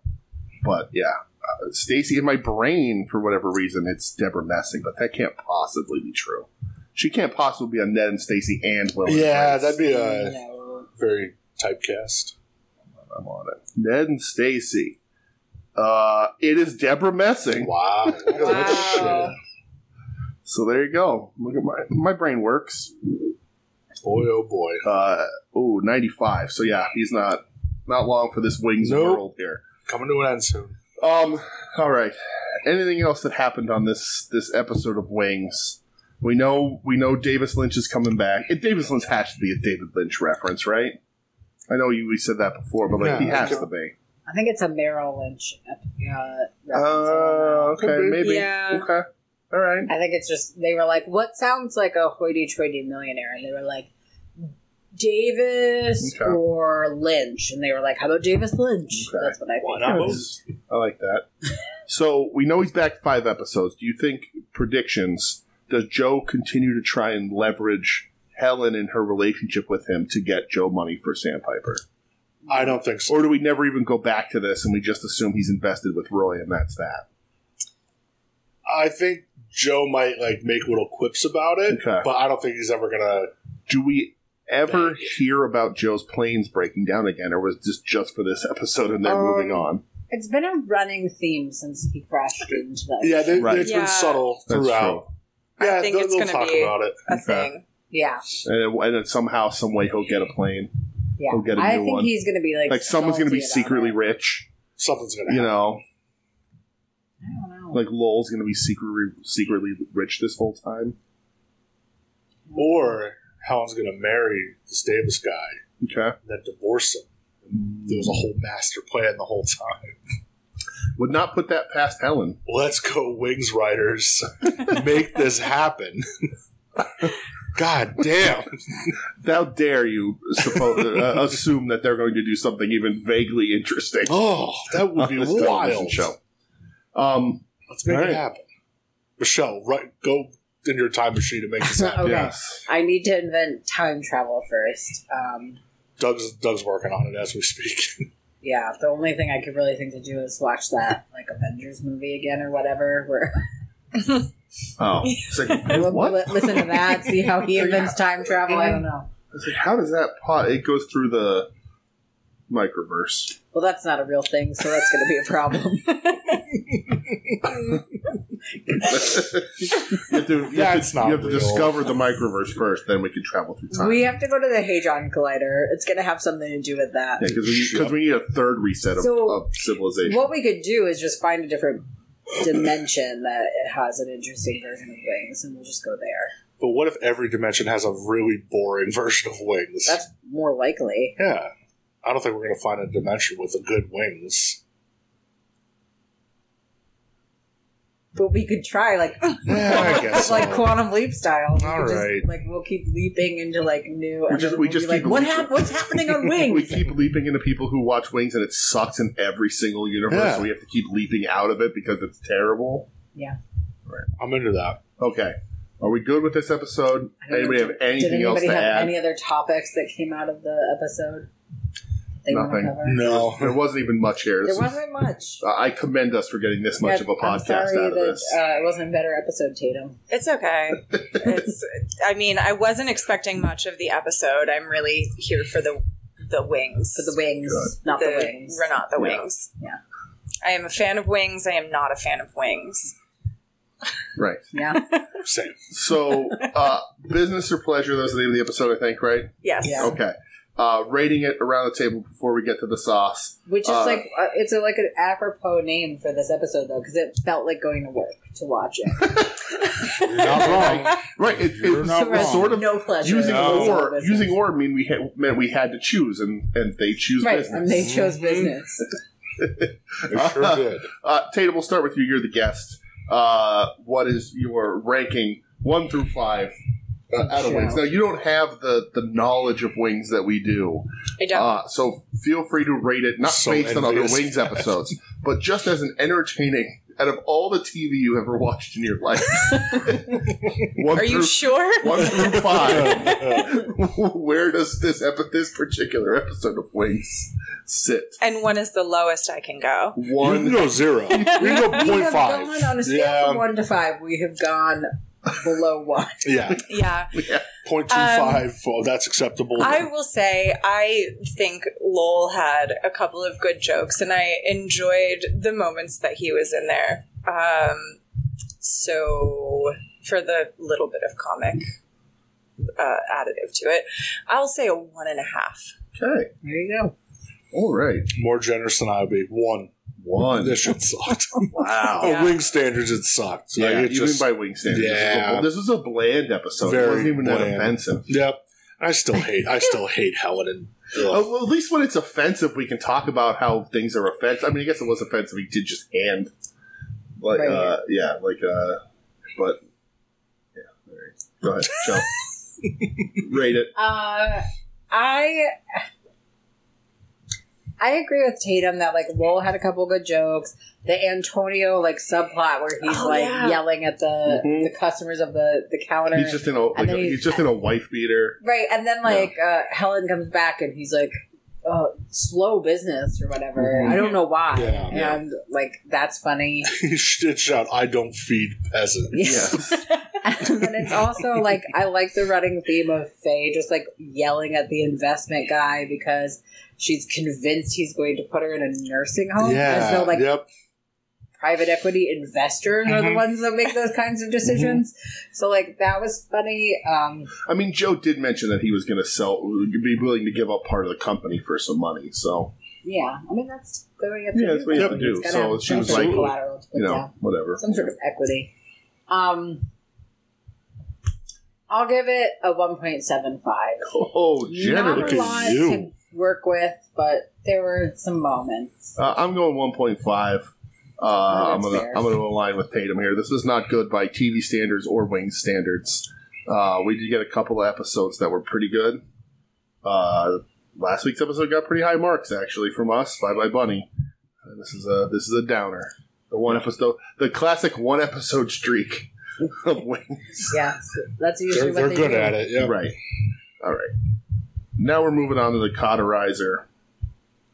but yeah, uh, Stacy in my brain for whatever reason it's Deborah Messing, but that can't possibly be true. She can't possibly be on Ned and Stacy and Will. yeah, and Grace. that'd be a No. very typecast. I'm on it. Ned and Stacy. Uh, it is Deborah Messing. Wow. Look at that So there you go. Look at my my brain works. shit. Boy, oh boy. Uh, ooh, 95. So yeah, he's not not long for this wings Nope. world here. Coming to an end soon. Um, all right. Anything else that happened on this this episode of Wings? We know we know Davis Lynch is coming back. It, Davis Lynch has to be a David Lynch reference, right? I know you we said that before, but like he Yeah. has to be. I think it's a Merrill Lynch. Uh, reference. Uh, okay, Could be. maybe. Yeah. Okay. All right. I think it's just they were like, "What sounds like a hoity-toity millionaire?" And they were like, "Davis Okay. or Lynch," and they were like, "How about Davis Lynch?" Okay. That's what I Why think. not Yeah, both? it's- I like that. so we know he's back five episodes. Do you think predictions? Does Joe continue to try and leverage Helen and her relationship with him to get Joe money for Sandpiper, I don't think so. or do we never even go back to this and we just assume he's invested with Roy and that's that? I think Joe might like make little quips about it, Okay. but I don't think he's ever gonna. Do we ever hear about Joe's planes breaking down again, or was this just for this episode and then Um, moving on? It's been a running theme since he crashed into that. Yeah, they, Right. it's Yeah. been subtle That's throughout. I Yeah, think they'll, it's they'll gonna talk be- about it. a Okay. thing. yeah, And, then- and then somehow, some way, he'll get a plane. yeah. We'll get a I new think one. he's gonna be like, Like someone's going to be salty about secretly it. rich, Something's gonna you happen. know. I don't know. like Lowell's gonna be secretly secretly rich this whole time. Or Helen's gonna marry this Davis guy, Okay, and then divorce him. There was a whole master plan the whole time. would not put that past Helen. Let's go, Wings Riders. make this happen. God damn. How dare you suppose, uh, assume that they're going to do something even vaguely interesting? Oh, that would on be this television wild. show. Um, Let's make All right. it happen. Michelle, right, go in your time machine and make this happen. Okay. yes, I need to invent time travel first. Um, Doug's, Doug's working on it as we speak. yeah, the only thing I could really think to do is watch that like Avengers movie again or whatever. Where oh, it's li- like, what? li- listen to that, see how he invents time travel. Oh, I don't know. It's like, how does that pot? It goes through the microverse. Well, that's not a real thing, so that's going to be a problem. You have to, you have That's to, not you have to real. discover the microverse first, then we can travel through time. we have to go to the Hadron Collider. It's going to have something to do with that. because we, 'cause we need a third reset of, So- of civilization. What we could do is just find a different dimension that it has an interesting version of wings, and we'll just go there. But what if every dimension has a really boring version of wings? That's more likely. yeah. I don't think we're going to find a dimension with a good wings. But we could try, like, Yeah, I guess. It's like so. quantum leap style. We All could just, right. like we'll keep leaping into like new. and just- then we we'll just be keep like, what leaping. hap- What's happening on we wings? keep leaping into people who watch Wings, and it sucks in every single universe. Yeah. So we have to keep leaping out of it because it's terrible. I'm into that. Okay, are we good with this episode? I don't Anybody know, have did- anything Did else anybody to have add? any other topics that came out of the episode? that They Nothing. Want to cover? No. there wasn't even much here. There This was- wasn't much. uh, I commend us for getting this much of a I'm podcast sorry out of that, this. Uh, it wasn't a better episode, Tatum. It's okay. It's. I mean, I wasn't expecting much of the episode. I'm really here for the the wings. For the wings, not the, wings. We're not the Yeah. wings. Yeah. I am a fan of wings. I am not a fan of wings. right. Yeah, Same. So, uh, business or pleasure? That's the name of the episode, I think. Right. Yes. Yeah. Okay. Uh, rating it around the table before we get to the sauce. which is Uh, like uh, it's a, like an apropos name for this episode though, because it felt like going to work to watch it. You're not wrong. Right. It, You're it's not wrong. sort of no pleasure. using No. or Business. using or mean we ha- meant we had to choose and and they choose right, business. and they chose Mhm. business. You sure did. uh, Tatum, we'll start with you. You're the guest. Uh, what is your ranking one through five uh, out of Show. wings? Now you don't have the the knowledge of wings that we do, I don't. uh, so feel free to rate it not So based on other envious. wings episodes, but just as an entertaining. Out of all the TV you ever watched in your life, one Are through, you sure? one through five. Yeah. where does this epi- this particular episode of Wings sit? And one is the lowest I can go. You can One go zero. You can go We point have five. gone on a scale Yeah. um, from one to five. We have gone below one. Yeah, Yeah. point two five. Oh, that's acceptable. I will say, I think Lowell had a couple of good jokes, and I enjoyed the moments that he was in there. Um, so, for the little bit of comic uh, additive to it, I'll say a one and a half. Okay. There you go. All right. More generous than I'd be. One. One. This shit sucked. Wow. On Yeah. wing standards, it sucked. Yeah, Like, it even just- by wing standards. Yeah. This is a bland episode. it Very wasn't even that bland. offensive. Yep. I still hate. I still hate Helen and. Oh, well, at least when it's offensive, we can talk about how things are offensive. I mean, I guess it was offensive. He did just hand, like, Right. uh, yeah, like, uh, but yeah. all right. Go ahead, Joe. Rate it. Uh, I I agree with Tatum that like Lowell had a couple good jokes. The Antonio like subplot where he's Oh, like yeah. yelling at the Mhm. Mm-hmm. the customers of the the counter. He's just in a like then a, he's- he's just in a wife beater. right, and then like uh, Helen comes back and he's like. Oh, slow business or whatever. Mhm. I don't know why. Yeah, Mm-hmm. yeah. and like that's funny. he did shout, "I don't feed peasants." Yes. and then it's also like I like the running theme of Faye just like yelling at the investment guy because she's convinced he's going to put her in a nursing home. Yeah. As though like yep. private equity investors are Mm-hmm. the Mhm. ones that make those kinds of decisions. So like that was funny. Um I mean, Joe did mention that he was going to sell, be willing to give up part of the company for some money. So yeah. I mean that's the way you have to Yeah, do that's what you it. have to do. It's gotta So have she some was sort of like, collateral to put you know, down. whatever. some sort of equity. Um I'll give it a one point seven five. Oh, Not generous. a lot you. to work with, but there were some moments. Uh, I'm going 1.5. Uh, Oh, I'm that's gonna fair. I'm gonna align with Tatum here. This was not good by TV standards or Wings standards. Uh, we did get a couple of episodes that were pretty good. Uh, last week's episode got pretty high marks actually from us. Bye bye bunny. And this is a this is a downer. The one episode, the classic one episode streak of Wings. Yeah, that's usually They're, they're what they good do. at it. Yeah. Right. All right. Now we're moving on to the cauterizer.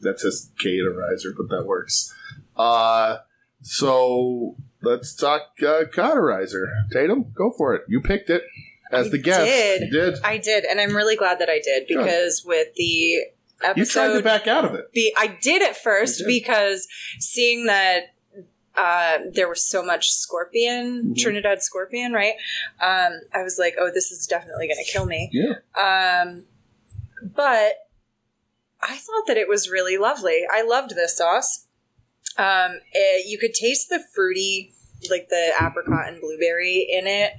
That says caterizer, but that works. Uh, so let's talk uh, cauterizer. Tatum, go for it. You picked it as I the guest. did. You did. I did, and I'm really glad that I did Good. because with the You tried to episode back out of it. be I did at first You did. because seeing that uh, there was so much scorpion, Mhm. Trinidad scorpion, right? Um, I was like, oh, this is definitely going to kill me. Yeah. Um, but I thought that it was really lovely. I loved this sauce. Um, it- you could taste the fruity, like the apricot and blueberry in it.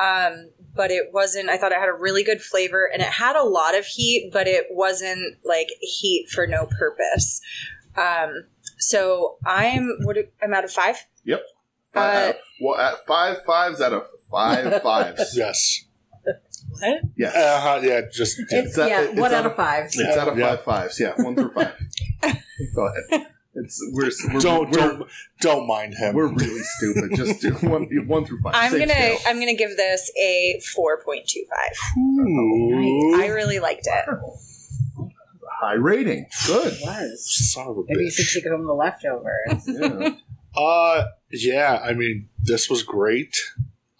Um, but it wasn't, I thought it had a really good flavor and it had a lot of heat, but it wasn't like heat for no purpose. Um, so I'm, what, I'm out of five. Five, Uh, out of- well, at five fives out of five fives. Yes. What? Yes. Uh huh. Yeah. Just It's, It's a- yeah, it's one a- out of five. so- It's out of Yeah. five fives. Yeah, one through five. go ahead. It's we're, we're don't we're, don't don't mind him. we're really stupid. Just do one one through 5 I'm Same gonna scale. I'm gonna give this a four point two five. Ooh. I really liked it. high rating. Good. It was. Son of a Maybe you should bitch. take home the leftovers. Yeah. Uh, yeah. I mean, this was great.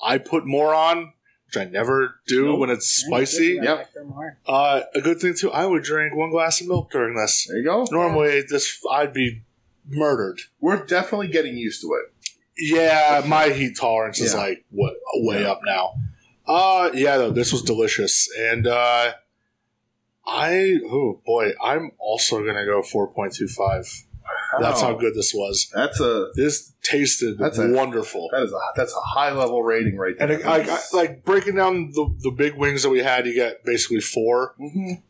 I put more on, which I never do Nope. when it's spicy. Yep. For more. Uh, a good thing too. I would drink one glass of milk during this. There you go. Normally, this I'd be murdered. We're definitely getting used to it. Yeah, my heat tolerance is Yeah. like what way Yeah. up now. Uh yeah, though this was delicious, and uh I oh boy, I'm also gonna go four point two five. That's Wow. how good this was. That's a This tasted Oh. That's it. wonderful, that is a that's a high level rating right and there. it, I, I, like breaking down the the big wings that we had, you got basically four. Mhm.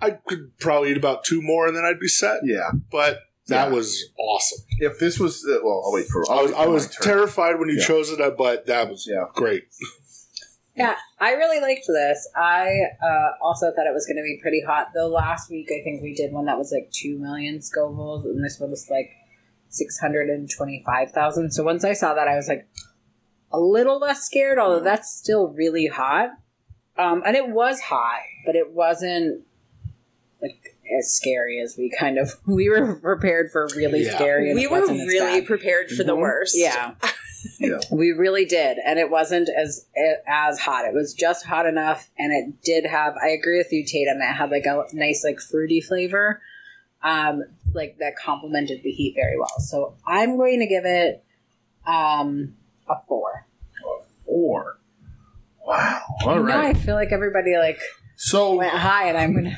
I could probably eat about two more, and then I'd be set. yeah. But that Yeah. was awesome. If this was uh, well, I'll wait for. I I'll was wait I for was my turn. terrified when you Yeah. chose it, but that was Yeah. great. Yeah, I really liked this. I uh, also thought it was going to be pretty hot, though. Last week, I think we did one that was like 2 million Scovilles, and this one was like 625,000. So once I saw that, I was like a little less scared, although that's still really hot. Um, and it was hot, but it wasn't like as scary as we kind of we were prepared for really Yeah. scary. and We it were wasn't as really bad. prepared for the Mhm. worst. yeah. We really did, and it wasn't as as hot. It was just hot enough, and it did have. I agree with you, Tatum. It had like a nice, like fruity flavor, um, like that complemented the heat very well. So I'm going to give it um, a four. Four. Wow. All Now I right. feel like everybody like So went high, and I'm gonna.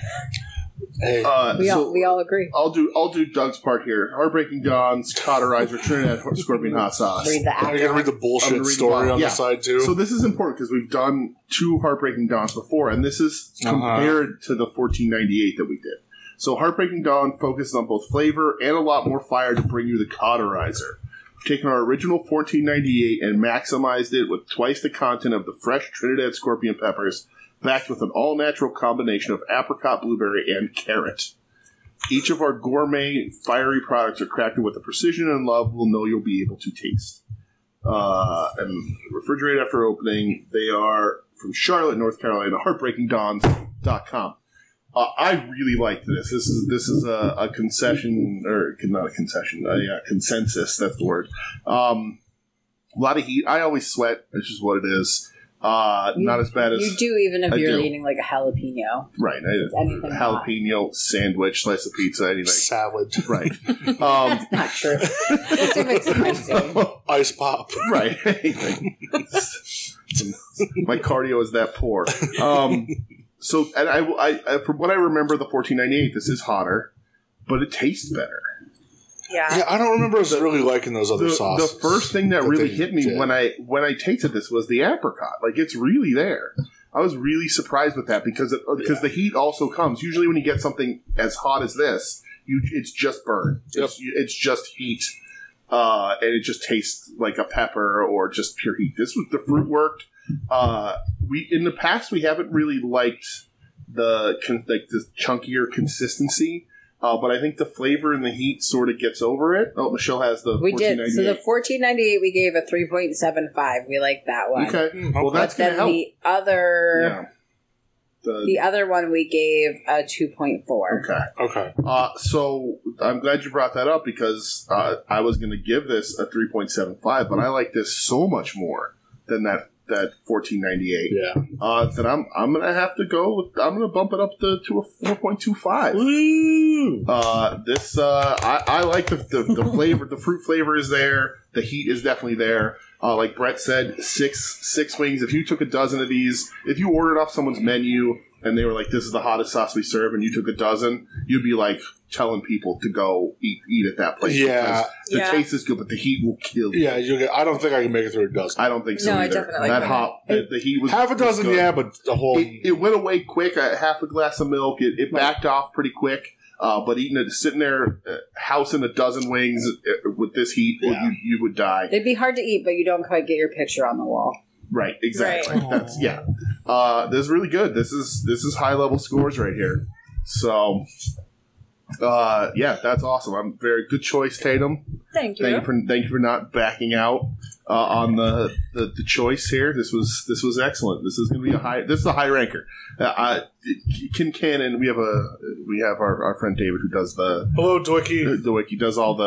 Hey, uh, We so all we all agree. I'll do I'll do Doug's part here. Heartbreaking Dawn's Cauterizer Trinidad Scorpion Hot Sauce. Read the I app. gotta read the I'm bullshit gonna read story mine. on Yeah. the side too. So this is important because we've done two Heartbreaking Dawns before, and this is Uh-huh. compared to the 1498 that we did. So Heartbreaking Dawn focuses on both flavor and a lot more fire to bring you the cauterizer. We've taken our original 1498 and maximized it with twice the content of the fresh Trinidad scorpion peppers, backed with an all natural combination of apricot, blueberry, and carrot. Each of our gourmet, fiery products are crafted with a precision and love we'll know you'll be able to taste uh, and refrigerate after opening. They are from Charlotte, North Carolina, heartbreakingdawns.com. Uh, I really liked this. This is this is a, a concession or not a concession, a, uh consensus. That's the word. Um, a lot of heat. I always sweat. It's just what it is. Uh, You- not as bad as You do even if I you're do. eating like a jalapeno. right. I, Anything hot. jalapeno sandwich, slice of pizza, anything. salad, Right. Um, Not true. It's too expensive. ice pop. right anything my cardio is that poor um so and I, I, I from what i remember the 1498 this is hotter but it tastes better Yeah. Yeah, I don't remember us really liking those the, other sauces. the first thing that that really they hit me did. when i when i tasted this was the apricot like it's really there i was really surprised with that because it, because the heat also comes usually when you get something as hot as this you it's just burn it's, it's just heat uh, and it just tastes like a pepper or just pure heat. This was the fruit worked. Uh, we in the past we haven't really liked the con- like the chunkier consistency, uh, but I think the flavor and the heat sort of gets over it. Oh, Michelle has the We did. So the 1498. 1498 we gave a 3.75. We like that one. okay. Well, that's Then gonna help. the other yeah. The, the other one we gave a 2.4. okay. Okay. Uh, so I'm glad you brought that up because uh, I was going to give this a 3.75, but I like this so much more than that that 1498. Yeah. uh, then I'm I'm gonna have to go. With, I'm gonna bump it up to, to a four point two five. Woo! Uh, this uh, I, I like the, the the flavor. The fruit flavor is there. The heat is definitely there. Uh, like Brett said, six six wings. If you took a dozen of these, if you ordered off someone's menu and they were like, "This is the hottest sauce we serve," and you took a dozen, you'd be like telling people to go eat eat at that place. Yeah. because the Yeah. taste is good, but the heat will kill you. Yeah, you'll get. I don't think I can make it through a dozen. I don't think so No, I either. definitely that couldn't. hot, the, the heat was Half a was dozen, good. yeah, but the whole. It, it went away quick. I had half a glass of milk. It, it backed off pretty quick. Uh, but eating it, sitting there, uh, housing a dozen wings uh, with this heat, Yeah. you, you would die. They'd be hard to eat, but you don't quite get your picture on the wall. Right, exactly. Right. That's yeah. Uh, this is really good. This is this is high level scores right here. So, uh, yeah, that's awesome. I'm very good choice, Tatum. Thank you. Thank you for thank you for not backing out uh, on the, the the choice here. This was this was excellent. This is going to be a high. This is a high ranker. Uh, I, Kin Cannon. We have a we have our, our friend David who does the Hello, Dwicky. the wiki does all the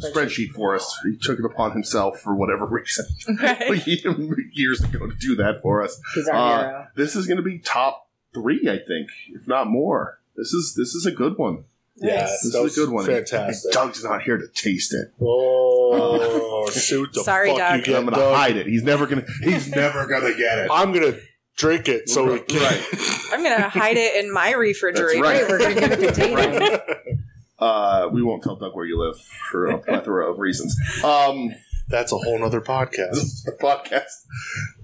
uh, spreadsheet for us. He took it upon himself for whatever reason Right. years ago to do that for us. He's our Uh, hero. This is going to be top three, I think, if not more. This is this is a good one. Yeah, Nice. This that is a good was one. Fantastic. Doug's not here to taste it. Oh, shoot! The Sorry, fuck Doc. You And get, I'm gonna Doug. hide it. He's never gonna. He's never gonna get it. I'm gonna drink it so we can. I'm gonna hide it in my refrigerator. That's Hey, we're going to give it to Tatum. Uh, we won't tell Doug where you live for a plethora of reasons. Um, That's a whole nother podcast. this is the podcast.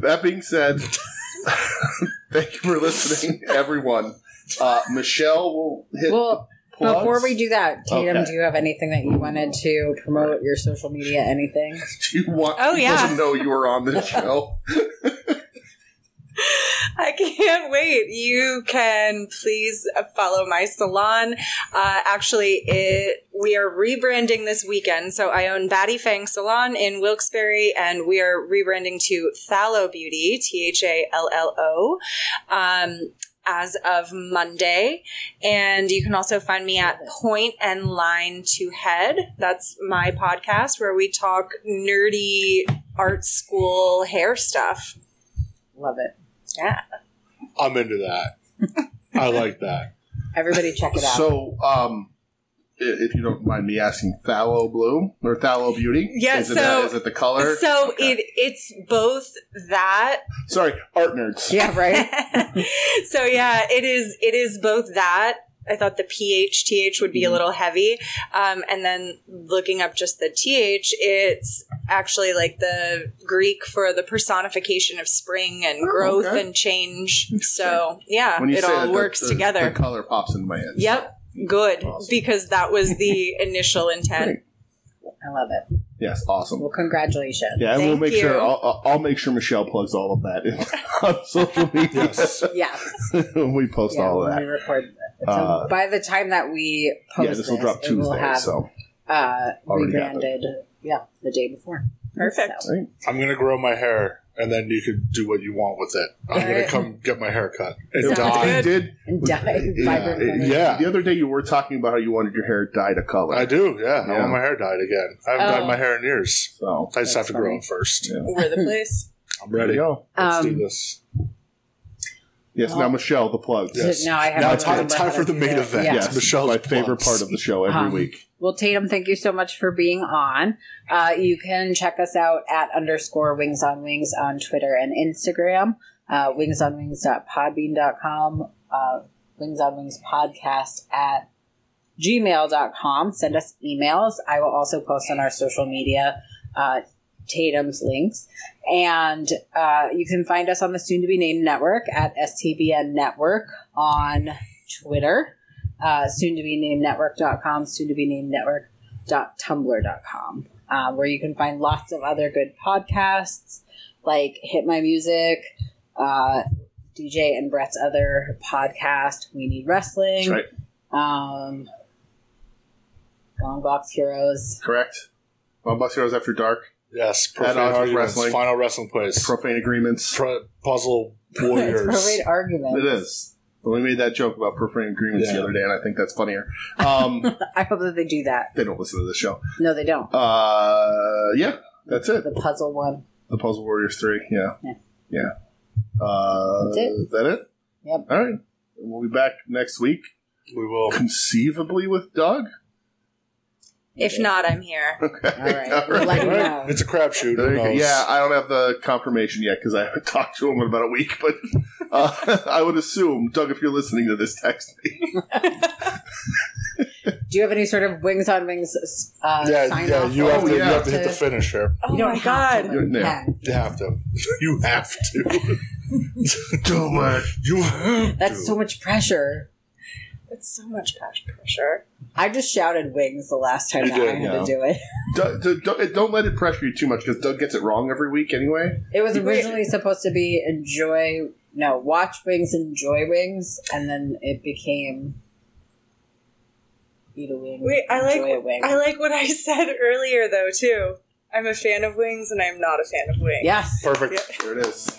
That being said, thank you for listening, everyone. Uh, Michelle will hit. Well, plugs. before we do that, Tatum, Okay. do you have anything that you wanted to promote your social media, anything? do you want Oh, people yeah. to know you were on this show? I can't wait. You can please uh, follow my salon. Uh, actually, it we are rebranding this weekend. So I own Batty Fang Salon in Wilkes-Barre, and we are rebranding to Thallo Beauty, T H A L L O. Um, as of Monday. And you can also find me at Point and Line to Head. That's my podcast where we talk nerdy art school hair stuff. Love it. I'm into that. I like that. Everybody check it out. So, um, i- if you don't mind me asking, Thallow Blue or Thallow Beauty? Yeah, Is, it, so- that, is it the color? So Okay. it it's both that Sorry, art nerds. yeah, right? so yeah, it is. It is both that. I thought the pH th would Mm-hmm. be a little heavy, um, and then looking up just the th, it's actually like the Greek for the personification of spring and growth Oh, okay. and change. So yeah, When you it say all that, the- works the- together. The color pops into my head. yep, good Awesome. because that was the initial intent. Great. I love it. Yes, awesome. Well, congratulations. Yeah, and we'll Thank make you. sure I'll, I'll- I'll make sure Michelle plugs all of that in, on social media Yes. Yes. when we post yeah, all of when that. We record. So Uh, by the time that we post yeah, this will drop it will Tuesday. have so, uh, Already happened. rebranded. Yeah, the day before. Perfect. So, Right. I'm gonna grow my hair, and then you can do what you want with it. I'm gonna Alright. come get my hair cut and Sounds die. You good. did. and dye, vibrant it- colors. yeah. The other day, you were talking about how you wanted your hair dyed a color. I do, yeah. I Yeah. want my hair dyed again. I haven't dyed Oh. my hair in years. so I just That's have to grow funny. it first. Yeah. We're the place. I'm there you ready. go. Let's do Um, this. Yes, now Well- Michelle, the plugs. Yeah. Yes. Now I have Now to it's time, remember time how for to the do main that. event. Yeah. Yes, Michelle's my favorite plugs. part of the show every Uh-huh. Um, week. Well, Tatum, thank you so much for being on. Uh, you can check us out at underscore wings on wings on Twitter and Instagram, uh, wings on wings.podbean.com, uh, wings on wings podcast at gmail.com. Send us emails. I will also post on our social media uh, Tatum's links. And uh, you can find us on the soon to be named network at STBN Network on Twitter, uh, soon to be named network.com, soon to be named network.tumblr.com, uh, where you can find lots of other good podcasts like Hit My Music, uh, DJ and Brett's other podcast, We Need Wrestling That's right. um, Long Box Heroes. Correct. Well, Bucks Heroes After Dark, Yes, At profane odds with arguments, wrestling. final wrestling place, Profane Agreements. Pro- puzzle It's warriors. Parade argument. It is. Well, we made that joke about Profane Agreements Yeah. the other day, and I think that's funnier. Um, I hope that they do that. they don't listen to this show. No, they don't. Uh, yeah, that's it. The puzzle one. The Puzzle Warriors 3. Yeah. Yeah. Yeah. Uh, That's it. Is that it? Yep. All right. We'll be back next week, We will. conceivably with Doug. If not, I'm here. Okay. All right. We'll let you know. It's a crapshoot. There Who you go. knows? Yeah, I don't have the confirmation yet because I haven't talked to him in about a week. But uh, I would assume, Doug, if you're listening to this, text me. Do you have any sort of wings on wings uh, yeah, sign yeah. off? You have to, Oh, you yeah. have to hit the finish here. Oh You don't my have god. to, but you Yeah. can. You have to. You have to. Do it. You have That's so to. much pressure. That's so much past pressure. I just shouted wings the last time You that did, I had yeah. to do it. Doug, Doug, Doug- don't let it pressure you too much because Doug gets it wrong every week anyway. It was originally supposed to be enjoy, no, watch wings, enjoy wings, and then it became eat a wing. Wait, I like enjoy a wing. I like what I said earlier though too. I'm a fan of wings and I'm not a fan of wings. Yes. Perfect. There it is.